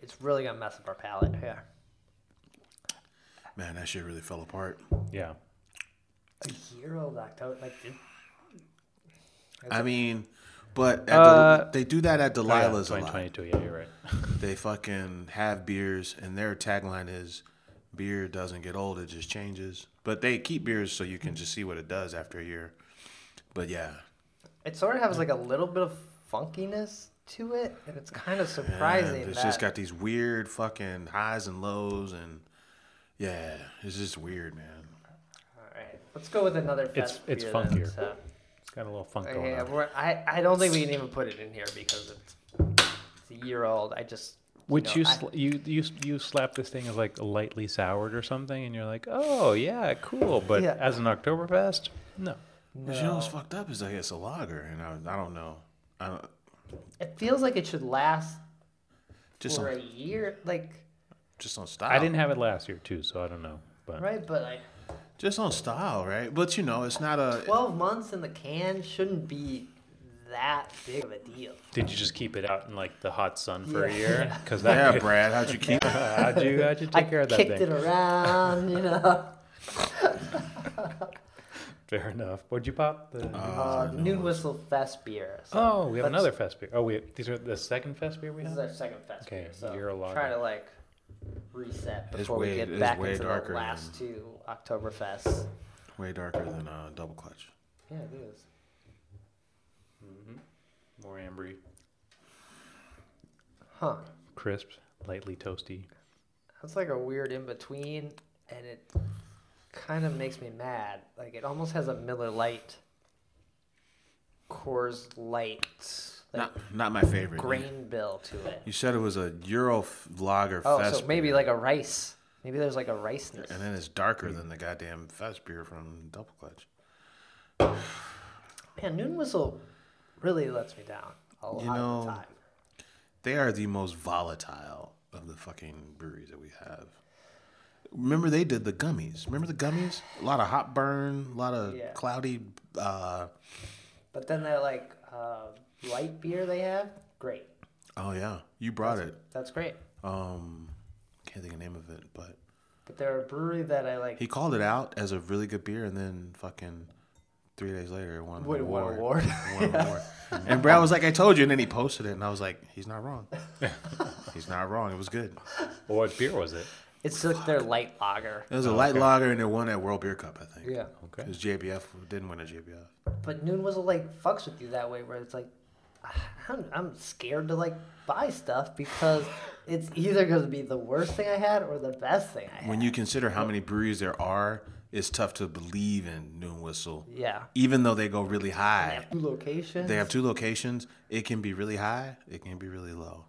Speaker 1: It's really gonna mess up our palate here.
Speaker 2: Man, that shit really fell apart.
Speaker 4: Yeah.
Speaker 1: A year old October, like it-
Speaker 2: I mean, but at
Speaker 4: Uh,
Speaker 2: the, they do that at Delilah's a lot.
Speaker 4: 2022, yeah, you're right.
Speaker 2: They fucking have beers, and their tagline is "Beer doesn't get old; it just changes." But they keep beers so you can just see what it does after a year. But yeah,
Speaker 1: it sort of has like a little bit of funkiness to it, and it's kind of surprising.
Speaker 2: And it's
Speaker 1: that,
Speaker 2: just got these weird fucking highs and lows, and yeah, it's just weird, man.
Speaker 1: All right, let's go with another.
Speaker 4: It's-
Speaker 1: Fest
Speaker 4: it's
Speaker 1: beer then,
Speaker 4: funkier.
Speaker 1: so-
Speaker 4: It's got a little funk going
Speaker 1: Okay,
Speaker 4: on.
Speaker 1: we're, I I don't think we can even put it in here because it's, it's a year old. I just
Speaker 4: Which you,
Speaker 1: know, I-
Speaker 4: sl- you you you slap this thing as like lightly soured or something, and you're like, oh yeah, cool. But
Speaker 1: Yeah.
Speaker 4: as an Oktoberfest, no.
Speaker 2: But you know what's fucked up is like it's a lager, and I, I don't know. I don't,
Speaker 1: it feels like it should last
Speaker 2: just
Speaker 1: for
Speaker 2: don't,
Speaker 1: a year, like
Speaker 2: just don't style.
Speaker 4: I didn't have it last year too, so I don't know. But
Speaker 1: Oh. right, but like
Speaker 2: just on style, right? But you know, it's not a.
Speaker 1: twelve months in the can shouldn't be that big of a deal.
Speaker 4: did you just keep it out in like the hot sun for
Speaker 1: Yeah.
Speaker 4: a year? Because that
Speaker 2: yeah, Brad, howd you keep? it?
Speaker 4: how'd you how'd you take
Speaker 1: I
Speaker 4: care of that
Speaker 1: kicked it
Speaker 4: thing?
Speaker 1: around, you know.
Speaker 4: Fair enough. What'd you pop? The...
Speaker 1: Uh, Noon Whistle Fest beer. So
Speaker 4: oh, we have
Speaker 1: let's-
Speaker 4: another fest beer. Oh, we these are the second fest beer we
Speaker 1: This is
Speaker 4: have.
Speaker 1: our second fest
Speaker 4: Okay,
Speaker 1: beer, so
Speaker 4: you're a
Speaker 1: try
Speaker 4: logger.
Speaker 1: to like reset
Speaker 2: It's
Speaker 1: before
Speaker 2: way-
Speaker 1: we
Speaker 2: it's
Speaker 1: get back
Speaker 2: way
Speaker 1: into
Speaker 2: darker
Speaker 1: the last two Oktoberfests.
Speaker 2: Way darker than uh, double clutch.
Speaker 1: Yeah, it is.
Speaker 4: More ambery,
Speaker 1: Huh.
Speaker 4: crisp, lightly toasty.
Speaker 1: That's like a weird in between, and it kind of makes me mad. Like it almost has a Miller Light, Coors Light, like
Speaker 2: Not, not my favorite.
Speaker 1: grain bill to it.
Speaker 2: You said it was a Euro f- lager
Speaker 1: Oh,
Speaker 2: fest,
Speaker 1: so maybe like a rice. Maybe there's like a riceness.
Speaker 2: and then it's darker
Speaker 1: Hmm.
Speaker 2: than the goddamn fest beer from Double Clutch.
Speaker 1: Man, Noon Whistle really lets me down a lot
Speaker 2: You
Speaker 1: of the
Speaker 2: know-
Speaker 1: time.
Speaker 2: They are the most volatile of the fucking breweries that we have. Remember they did the gummies. Remember the gummies? A lot of hot burn, a lot of
Speaker 1: Yeah.
Speaker 2: cloudy. Uh,
Speaker 1: But then that like uh, light beer they have, great.
Speaker 2: oh yeah, you brought it.
Speaker 1: That's great.
Speaker 2: Um, can't think of the name of it, but
Speaker 1: But they're a brewery that I like.
Speaker 2: he called it out as a really good beer, and then fucking three days later, it won an
Speaker 1: Wait, won
Speaker 2: award.
Speaker 1: award?
Speaker 2: Won an award. And Brad was like, "I told you," and then he posted it, and I was like, "He's not wrong. he's not wrong. It was good.
Speaker 4: Well, what beer was it?
Speaker 1: It's like their light lager.
Speaker 2: It was a light lager, and it won at World Beer Cup, I think.
Speaker 1: Yeah.
Speaker 4: Okay.
Speaker 2: because JBF didn't win a JBF.
Speaker 1: But Noon Whistle like fucks with you that way, where it's like, I'm, I'm scared to like buy stuff because it's either going to be the worst thing I had or the best thing I had.
Speaker 2: When you consider how many breweries there are, it's tough to believe in Noon Whistle.
Speaker 1: Yeah.
Speaker 2: Even though they go really
Speaker 1: They
Speaker 2: high,
Speaker 1: have two locations.
Speaker 2: they have two locations. It can be really high. It can be really low.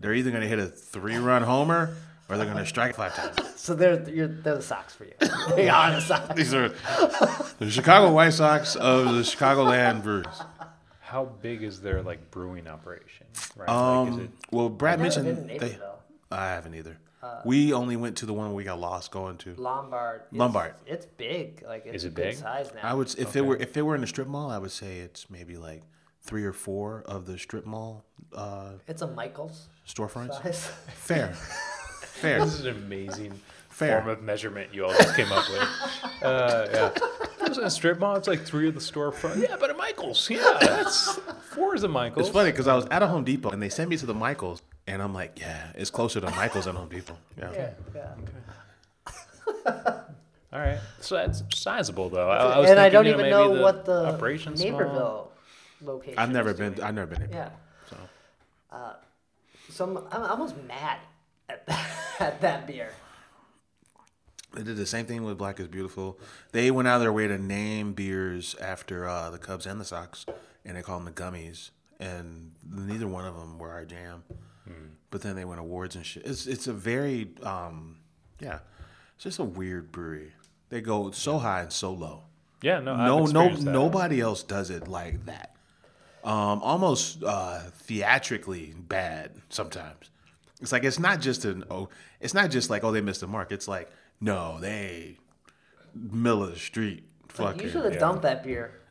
Speaker 2: They're either going to hit a three-run homer or they're going to strike five times.
Speaker 1: so they're you're, they're the socks for you. they are the socks.
Speaker 2: These are the Chicago White Sox of the Chicagoland Brewers.
Speaker 4: How big is their like brewing operation? Right. like, is it
Speaker 2: Um, well, Brad
Speaker 1: Never been to
Speaker 2: mentioned
Speaker 1: Naples,
Speaker 2: they.
Speaker 1: though. Uh.
Speaker 2: I haven't either. we only went to the one we got lost going to.
Speaker 1: Lombard. It's,
Speaker 2: Lombard.
Speaker 1: It's big. Like it's
Speaker 4: Is it
Speaker 1: a good
Speaker 4: big?
Speaker 1: size now.
Speaker 2: I would if it were if it were in a strip mall, I would say it's maybe like three or four of the strip mall uh,
Speaker 1: It's a Michaels
Speaker 2: storefronts.
Speaker 1: size.
Speaker 2: Fair, fair.
Speaker 4: This is an amazing
Speaker 2: Fair.
Speaker 4: form of measurement you all just came up with. Uh, yeah. If it was in a strip mall, it's like three of the storefront. Yeah, but at Michael's. Yeah, that's Four is a Michael's.
Speaker 2: It's funny because I was at a Home Depot and they sent me to the Michaels, and I'm like, yeah, it's closer to Michaels than Home Depot. Yeah.
Speaker 1: Yeah, yeah.
Speaker 4: All right, so that's sizable though. I, I was
Speaker 1: and I
Speaker 4: thinking,
Speaker 1: don't
Speaker 4: you know,
Speaker 1: even
Speaker 4: maybe
Speaker 1: know what the
Speaker 4: operation small.
Speaker 1: Naperville location.
Speaker 2: I've never
Speaker 1: is
Speaker 2: been.
Speaker 1: doing.
Speaker 2: I've never been. Able.
Speaker 1: Yeah. Uh,
Speaker 2: So
Speaker 1: So I'm, I'm almost mad at that, at that beer.
Speaker 2: they did the same thing with Black is Beautiful. They went out of their way to name beers after uh, the Cubs and the Sox, and they called them the Gummies. And neither one of them were our jam. But then they win awards and shit. It's it's a very um, yeah, it's just a weird brewery. They go so high and so low.
Speaker 4: Yeah, no, I've
Speaker 2: no, no,
Speaker 4: experienced that.
Speaker 2: nobody else does it like that. Um, almost uh, theatrically bad sometimes. It's like it's not just an oh, it's not just like oh they missed the mark. It's like no, they middle of the street. Fuck
Speaker 1: You
Speaker 2: it.
Speaker 1: should have dumped that beer.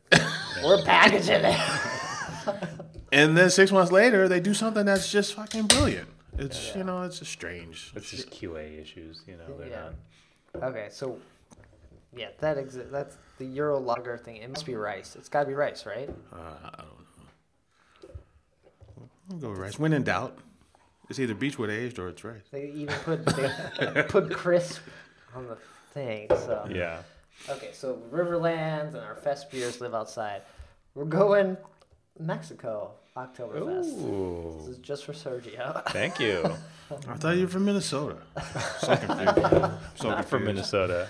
Speaker 1: We're packaging it.
Speaker 2: And then six months later, they do something that's just fucking brilliant. It's you know, it's just strange.
Speaker 4: It's just QA issues, you know. They're
Speaker 1: Yeah.
Speaker 4: not.
Speaker 1: Okay, so yeah, that exi- that's the Euro lager thing. It must be rice. It's got to be rice, right?
Speaker 2: I'll go with rice. When in doubt, it's either Beechwood aged or it's rice.
Speaker 1: They even put they put crisp on the thing. So
Speaker 4: Yeah.
Speaker 1: okay, so Riverlands and our fest beers live outside. We're going Mexico Oktoberfest. This
Speaker 4: Ooh,
Speaker 1: is just for Sergio.
Speaker 4: thank you.
Speaker 2: I thought you were from Minnesota. So confused. So
Speaker 4: Not from
Speaker 2: confused.
Speaker 4: Minnesota.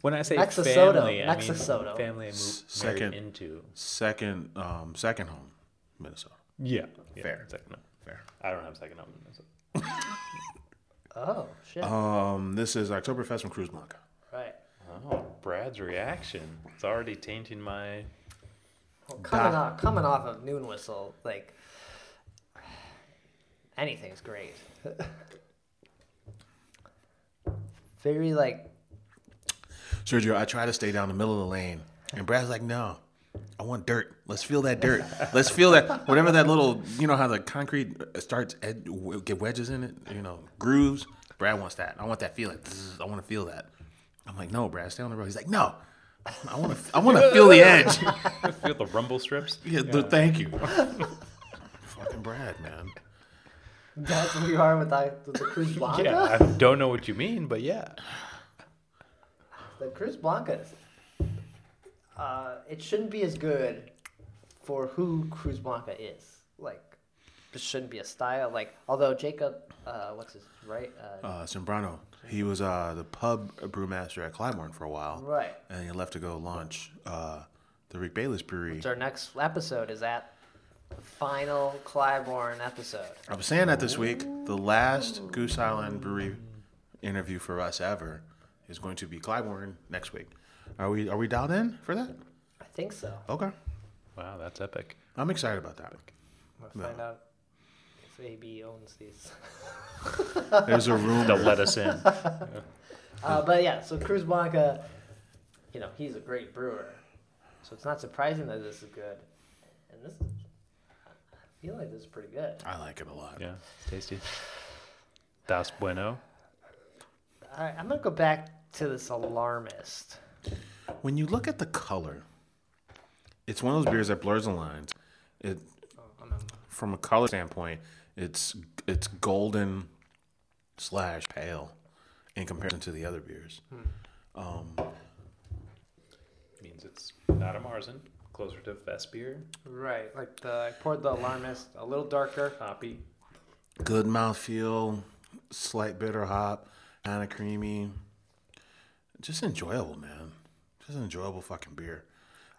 Speaker 4: When I say
Speaker 1: Mexasoto,
Speaker 4: family, I
Speaker 1: Mexasoto.
Speaker 4: mean family I moved
Speaker 2: second.
Speaker 4: married into.
Speaker 2: Second, um, second home, Minnesota.
Speaker 4: Yeah.
Speaker 2: Fair.
Speaker 4: Second home.
Speaker 2: Fair.
Speaker 4: I don't have second home in Minnesota.
Speaker 1: Oh shit!
Speaker 2: Um, this is Oktoberfest from Cruz Blanca.
Speaker 1: right.
Speaker 4: Oh, Brad's reaction. It's already tainting my.
Speaker 1: Well, coming off coming off of Noon Whistle, like anything's great. Very like
Speaker 2: Sergio, I try to stay down the middle of the lane, and Brad's like, "No, I want dirt. Let's feel that dirt. Let's feel that whatever that little, you know how the concrete uh, starts ed, w- get wedges in it, you know, grooves. Brad wants that. I want that feeling. Zzz, I want to feel that. I'm like, no, Brad, stay on the road. He's like, no, I want to, I want to feel the edge.
Speaker 4: Feel the rumble strips.
Speaker 2: Yeah, the- thank you. Fucking Brad, man.
Speaker 1: that's where you are with, the- with the Cruz Blanca.
Speaker 4: Yeah, I don't know what you mean, but yeah.
Speaker 1: The Cruz Blanca, uh, it shouldn't be as good for who Cruz Blanca is. Like, this shouldn't be a style. Like, although Jacob, uh, what's his right? Uh,
Speaker 2: uh, Sembrano. He was uh, the pub brewmaster at Clybourne for a while.
Speaker 1: Right.
Speaker 2: And he left to go launch uh, the Rick Bayless Brewery.
Speaker 1: it's our next episode is at the final Clybourne episode.
Speaker 2: I was saying that this week. The last Goose Island Brewery interview for us ever is going to be Clybourne next week. Are we are we dialed in for that?
Speaker 1: I think so.
Speaker 2: Okay.
Speaker 4: Wow, that's epic.
Speaker 2: I'm excited about that.
Speaker 1: We'll find out if AB owns these.
Speaker 2: There's a room.
Speaker 4: They'll let us in.
Speaker 1: Uh, but yeah, so Cruz Blanca, you know, he's a great brewer. So it's not surprising that this is good. And this is, I feel like this is pretty good.
Speaker 2: I like it a lot.
Speaker 4: Yeah, it's tasty. Das bueno.
Speaker 1: All right, I'm gonna go back to this alarmist.
Speaker 2: When you look at the color, it's one of those beers that blurs the lines. It from a color standpoint, it's it's golden slash pale in comparison to the other beers.
Speaker 4: Means it's not a Marzen. Closer to Vest beer.
Speaker 1: Right, like the I poured the alarmist a little darker.
Speaker 4: Hoppy.
Speaker 2: Good mouthfeel, slight bitter hop, kind of creamy. Just enjoyable, man. Just an enjoyable fucking beer.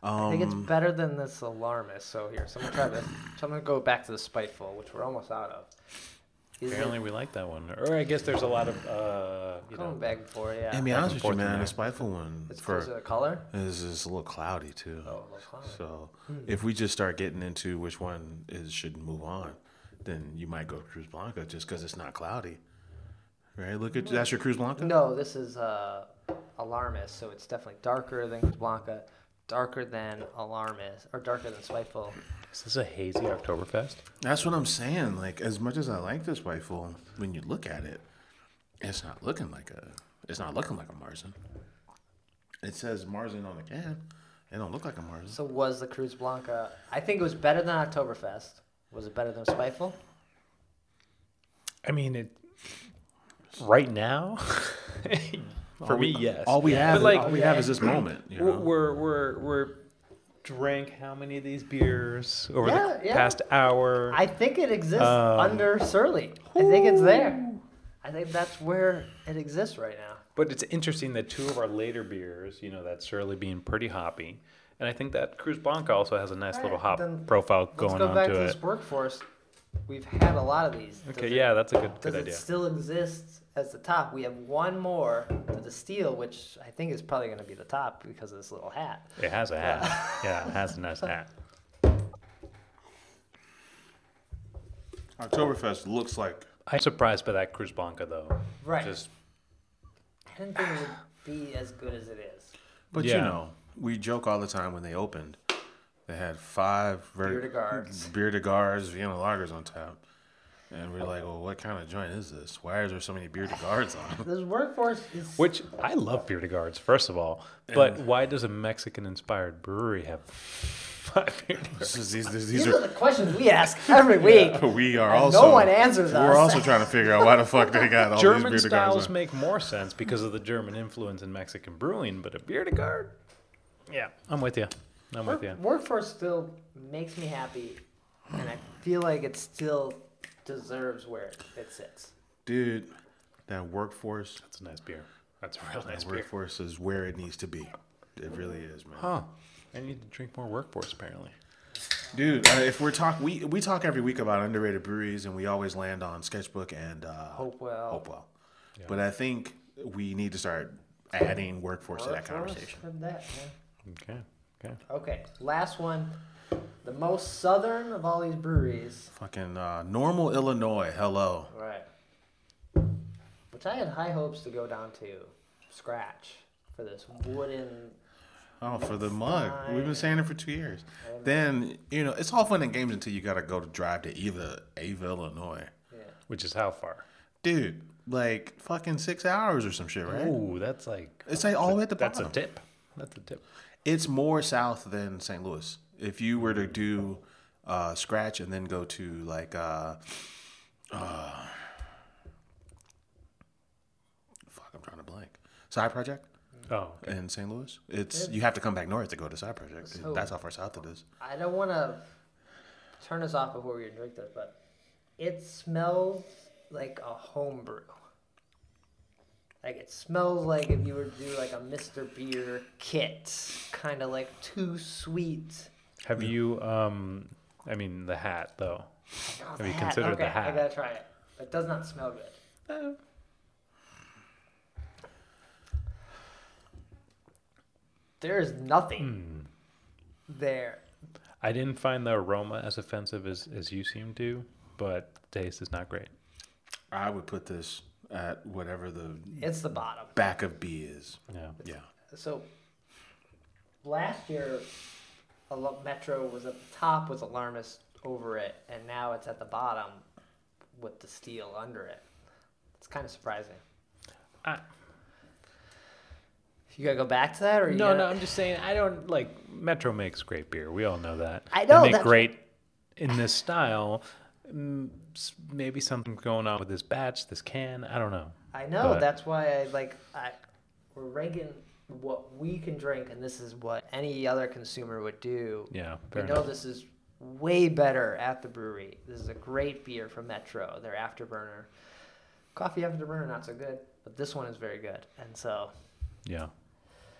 Speaker 1: I think it's
Speaker 2: Um,
Speaker 1: better than this alarmist. So here, so I'm gonna try this. So I'm gonna go back to the spiteful, which we're almost out of. Is it
Speaker 4: Apparently, we like that one. Or I guess there's a lot of, uh, you know,
Speaker 1: going back and forth? Yeah.
Speaker 2: And be honest with you,
Speaker 4: forth in
Speaker 2: man,
Speaker 4: there.
Speaker 2: the spiteful one
Speaker 1: it's
Speaker 2: for
Speaker 1: closer to color.
Speaker 2: is is a little cloudy too.
Speaker 1: Oh, Hmm. a little cloudy.
Speaker 2: So if we just start getting into which one is should move on, then you might go Cruz Blanca just because it's not cloudy, right? Look at that's your Cruz Blanca.
Speaker 1: No, this is uh, alarmist, so it's definitely darker than Cruz Blanca, darker than alarmist, or darker than spiteful.
Speaker 4: Is this a hazy Oktoberfest?
Speaker 2: That's what I'm saying. Like as much as I like this rifle, when you look at it, it's not looking like a it's not looking like a Marzen. It says Marzen on the can. It don't look like a Mars.
Speaker 1: So was the Cruz Blanca? I think it was better than Oktoberfest. Was it better than Spiteful?
Speaker 4: I mean, it right now for me, yes.
Speaker 2: All we have,
Speaker 4: But, like,
Speaker 2: all we have is this moment. You know?
Speaker 4: we're, we're we're we're drank how many of these beers over
Speaker 1: Yeah,
Speaker 4: the
Speaker 1: yeah.
Speaker 4: past hour?
Speaker 1: I think it exists
Speaker 4: Um,
Speaker 1: under Surly. I think it's there. I think that's where it exists right now.
Speaker 4: But it's interesting that two of our later beers, you know, that Surly being pretty hoppy, and I think that Cruz Blanca also has a nice
Speaker 1: All
Speaker 4: little
Speaker 1: right,
Speaker 4: hop
Speaker 1: then
Speaker 4: profile
Speaker 1: Let's
Speaker 4: going
Speaker 1: go
Speaker 4: on
Speaker 1: back
Speaker 4: to
Speaker 1: to,
Speaker 4: it.
Speaker 1: this workforce. We've had a lot of these. Does
Speaker 4: Okay,
Speaker 1: it-
Speaker 4: yeah, that's a good
Speaker 1: Does
Speaker 4: good
Speaker 1: it
Speaker 4: idea.
Speaker 1: still exist as the top? We have one more to the steel, which I think is probably going to be the top because of this little hat.
Speaker 4: It has a hat. yeah, it has a nice hat.
Speaker 2: Oktoberfest looks like
Speaker 4: I'm surprised by that Cruz Blanca though.
Speaker 1: Right.
Speaker 4: Just
Speaker 1: I didn't think it would be as good as it is.
Speaker 2: But you
Speaker 4: Yeah.
Speaker 2: know, we joke all the time when they opened, they had five
Speaker 1: Beer to guards.
Speaker 2: beer to guards, Vienna lagers on tap, and we're like, well, what kind of joint is this? Why is there so many beer to guards on?
Speaker 1: This workforce is
Speaker 4: which I love beer to guards, first of all. But why does a Mexican inspired brewery have five beer to
Speaker 2: This is- these, these,
Speaker 1: These
Speaker 2: these
Speaker 1: are
Speaker 2: are.
Speaker 1: the questions we ask every week.
Speaker 2: We are
Speaker 1: And
Speaker 2: also.
Speaker 1: no one answers
Speaker 2: We're
Speaker 1: us.
Speaker 2: also trying to figure out why the fuck they got all
Speaker 4: German
Speaker 2: these beer to guards.
Speaker 4: styles
Speaker 2: on.
Speaker 4: make more sense because of the German influence in Mexican brewing, but a beer to guard? Yeah, I'm with you. I'm with you.
Speaker 1: Work, workforce still makes me happy, and I feel like it still deserves where it sits.
Speaker 2: Dude, that workforce,
Speaker 4: That's a nice beer. That's a real nice
Speaker 2: that
Speaker 4: beer.
Speaker 2: workforce is where it needs to be. It really is, man.
Speaker 4: Huh. I need to drink more workforce, apparently.
Speaker 2: Dude, uh, if we're talk, we we talk every week about underrated breweries, and we always land on Sketchbook and uh,
Speaker 1: Hopewell.
Speaker 2: Hopewell. But I think we need to start adding workforce, to that
Speaker 1: Workforce
Speaker 2: conversation.
Speaker 1: did that, man.
Speaker 4: Okay. Okay.
Speaker 1: Okay, last one. The most southern of all these breweries.
Speaker 2: Fucking uh, normal Illinois. Hello.
Speaker 1: Right. Which I had high hopes to go down to scratch for this wooden.
Speaker 2: Oh, for the mug. We've been saying it for two years. Then you know it's all fun and games until you gotta go to drive to either Ava, Illinois,
Speaker 1: Yeah.
Speaker 4: Which is how far?
Speaker 2: dude. Like fucking six hours or some shit, right?
Speaker 4: Ooh, that's like
Speaker 2: It's like all the way at the
Speaker 4: that's
Speaker 2: bottom.
Speaker 4: a tip. That's a tip.
Speaker 2: it's more south than St. Louis. If you were to do uh, scratch and then go to like uh, uh, fuck, I'm drawing a blank. Side Project
Speaker 4: Oh,
Speaker 2: in St. Louis. It's you have to come back north to go to Side Project.
Speaker 1: So-
Speaker 2: That's how far south it is.
Speaker 1: I don't want to turn us off before we drink this, but it smells like a homebrew. Like it smells like if you were to do like a Mr. Beer kit, kind of like too sweet.
Speaker 4: have you? Um, I mean, the hat though.
Speaker 1: Oh,
Speaker 4: Have you considered
Speaker 1: okay,
Speaker 4: the
Speaker 1: I
Speaker 4: hat?
Speaker 1: gotta try it. It does not smell good.
Speaker 4: Uh,
Speaker 1: There is nothing
Speaker 4: Hmm.
Speaker 1: there.
Speaker 4: I didn't find the aroma as offensive as as you seem to, but taste is not great.
Speaker 2: I would put this at whatever the
Speaker 1: It's the bottom.
Speaker 2: back of B is.
Speaker 4: Yeah.
Speaker 2: Yeah.
Speaker 1: So last year, Al- Metro was at the top with Alarmist over it, and now it's at the bottom with the steel under it. It's kind of surprising.
Speaker 4: I-
Speaker 1: You gotta go back to that, or you
Speaker 4: No,
Speaker 1: gonna-
Speaker 4: no, I'm just saying I don't like Metro makes great beer. We all know that.
Speaker 1: I know,
Speaker 4: They make
Speaker 1: that's-
Speaker 4: great in this style. Mm, s- Maybe something's going on with this batch, this can. I don't know.
Speaker 1: I know.
Speaker 4: But-
Speaker 1: That's why I like. I we're ranking what we can drink, and this is what any other consumer would do.
Speaker 4: Yeah,
Speaker 1: we
Speaker 4: fair
Speaker 1: know
Speaker 4: enough.
Speaker 1: this is way better at the brewery. This is a great beer from Metro. Their afterburner, coffee afterburner, not so good, but this one is very good. And so,
Speaker 4: Yeah,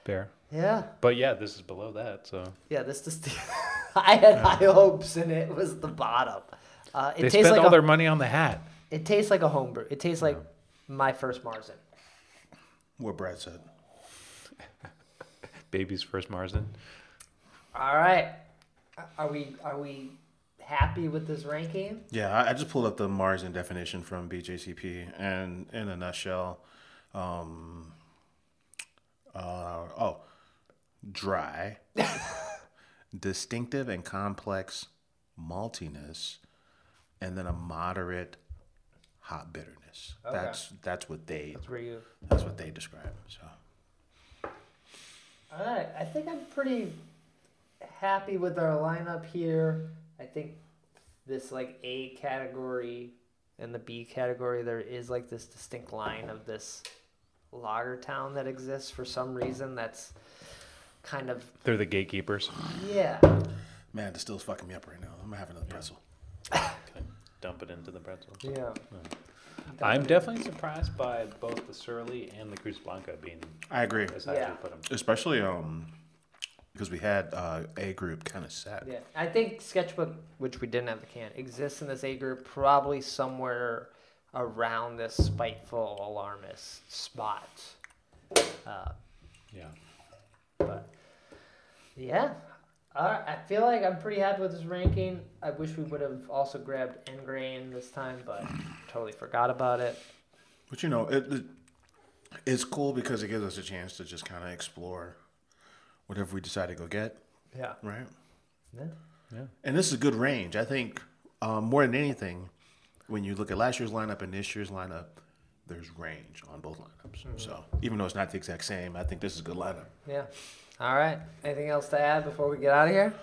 Speaker 4: fair.
Speaker 1: yeah,
Speaker 4: But yeah, this is below that. So
Speaker 1: yeah, this just I had high hopes, and it was the bottom. Uh, it
Speaker 4: they
Speaker 1: tastes
Speaker 4: spent
Speaker 1: like
Speaker 4: all
Speaker 1: a,
Speaker 4: their money on the hat.
Speaker 1: it tastes like a homebrew. It tastes like my first Marzen.
Speaker 2: What Brad said.
Speaker 4: Baby's first Marzen.
Speaker 1: All right. Are we are we happy with this ranking?
Speaker 2: Yeah, I, I just pulled up the Mars and definition from BJCP, and in a nutshell, um, uh, oh, dry, distinctive and complex maltiness, and then a moderate hot bitterness. That's that's what they
Speaker 1: That's where you.
Speaker 2: that's what they describe. So
Speaker 1: All right. I think I'm pretty happy with our lineup here. I think this like A category and the B category, there is like this distinct line of this lager town that exists for some reason. That's kind of
Speaker 4: They're the gatekeepers.
Speaker 1: yeah.
Speaker 2: Man, the still's fucking me up right now. I'm gonna have another pretzel.
Speaker 4: Dump it into the pretzel.
Speaker 1: Yeah.
Speaker 4: I'm definitely surprised by both the Surly and the Cruz Blanca being
Speaker 2: I agree,
Speaker 4: as high as
Speaker 1: Yeah.
Speaker 4: we put them.
Speaker 2: especially um because we had uh, a group kind of set.
Speaker 1: Yeah, I think Sketchbook, which we didn't have the can, exists in this A group probably somewhere around this spiteful alarmist spot. Uh,
Speaker 4: Yeah.
Speaker 1: but yeah, All right, I feel like I'm pretty happy with this ranking. I wish we would have also grabbed Engrain this time, but totally forgot about it.
Speaker 2: But you know, it, it it's cool because it gives us a chance to just kind of explore whatever we decide to go get,
Speaker 1: Yeah.
Speaker 2: right?
Speaker 1: yeah.
Speaker 2: And this is a good range. I think um, more than anything, when you look at last year's lineup and this year's lineup, there's range on both lineups.
Speaker 1: Mm-hmm.
Speaker 2: So even though it's not the exact same, I think this is a good lineup.
Speaker 1: Yeah. All right. Anything else to add before we get out of here?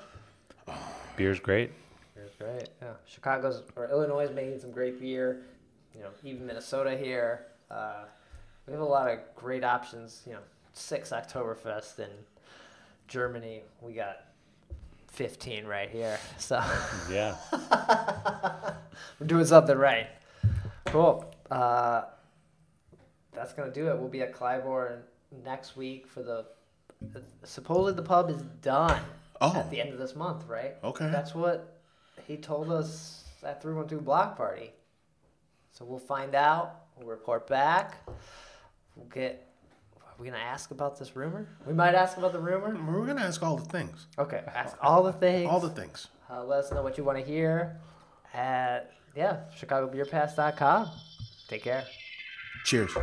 Speaker 4: Beer's great.
Speaker 1: Beer's great. Yeah, Chicago's or Illinois is making some great beer. You know, even Minnesota here. Uh, we have a lot of great options. You know, six Oktoberfest in Germany. We got fifteen right here. So
Speaker 4: Yeah.
Speaker 1: we're doing something right. Cool. Uh, that's gonna do it. We'll be at Clybourne next week for the. Supposedly the pub is done
Speaker 2: Oh,
Speaker 1: at the end of this month, right?
Speaker 2: okay.
Speaker 1: That's what he told us at 312 Block Party. So we'll find out. We'll report back. We'll get. Are we going to ask about this rumor? We might ask about the rumor.
Speaker 2: We're gonna ask all the things,
Speaker 1: Okay. Ask all the things.
Speaker 2: all the things.
Speaker 1: uh, let us know what you want to hear at, yeah, chicagobeerpass.com. Take care.
Speaker 2: Cheers.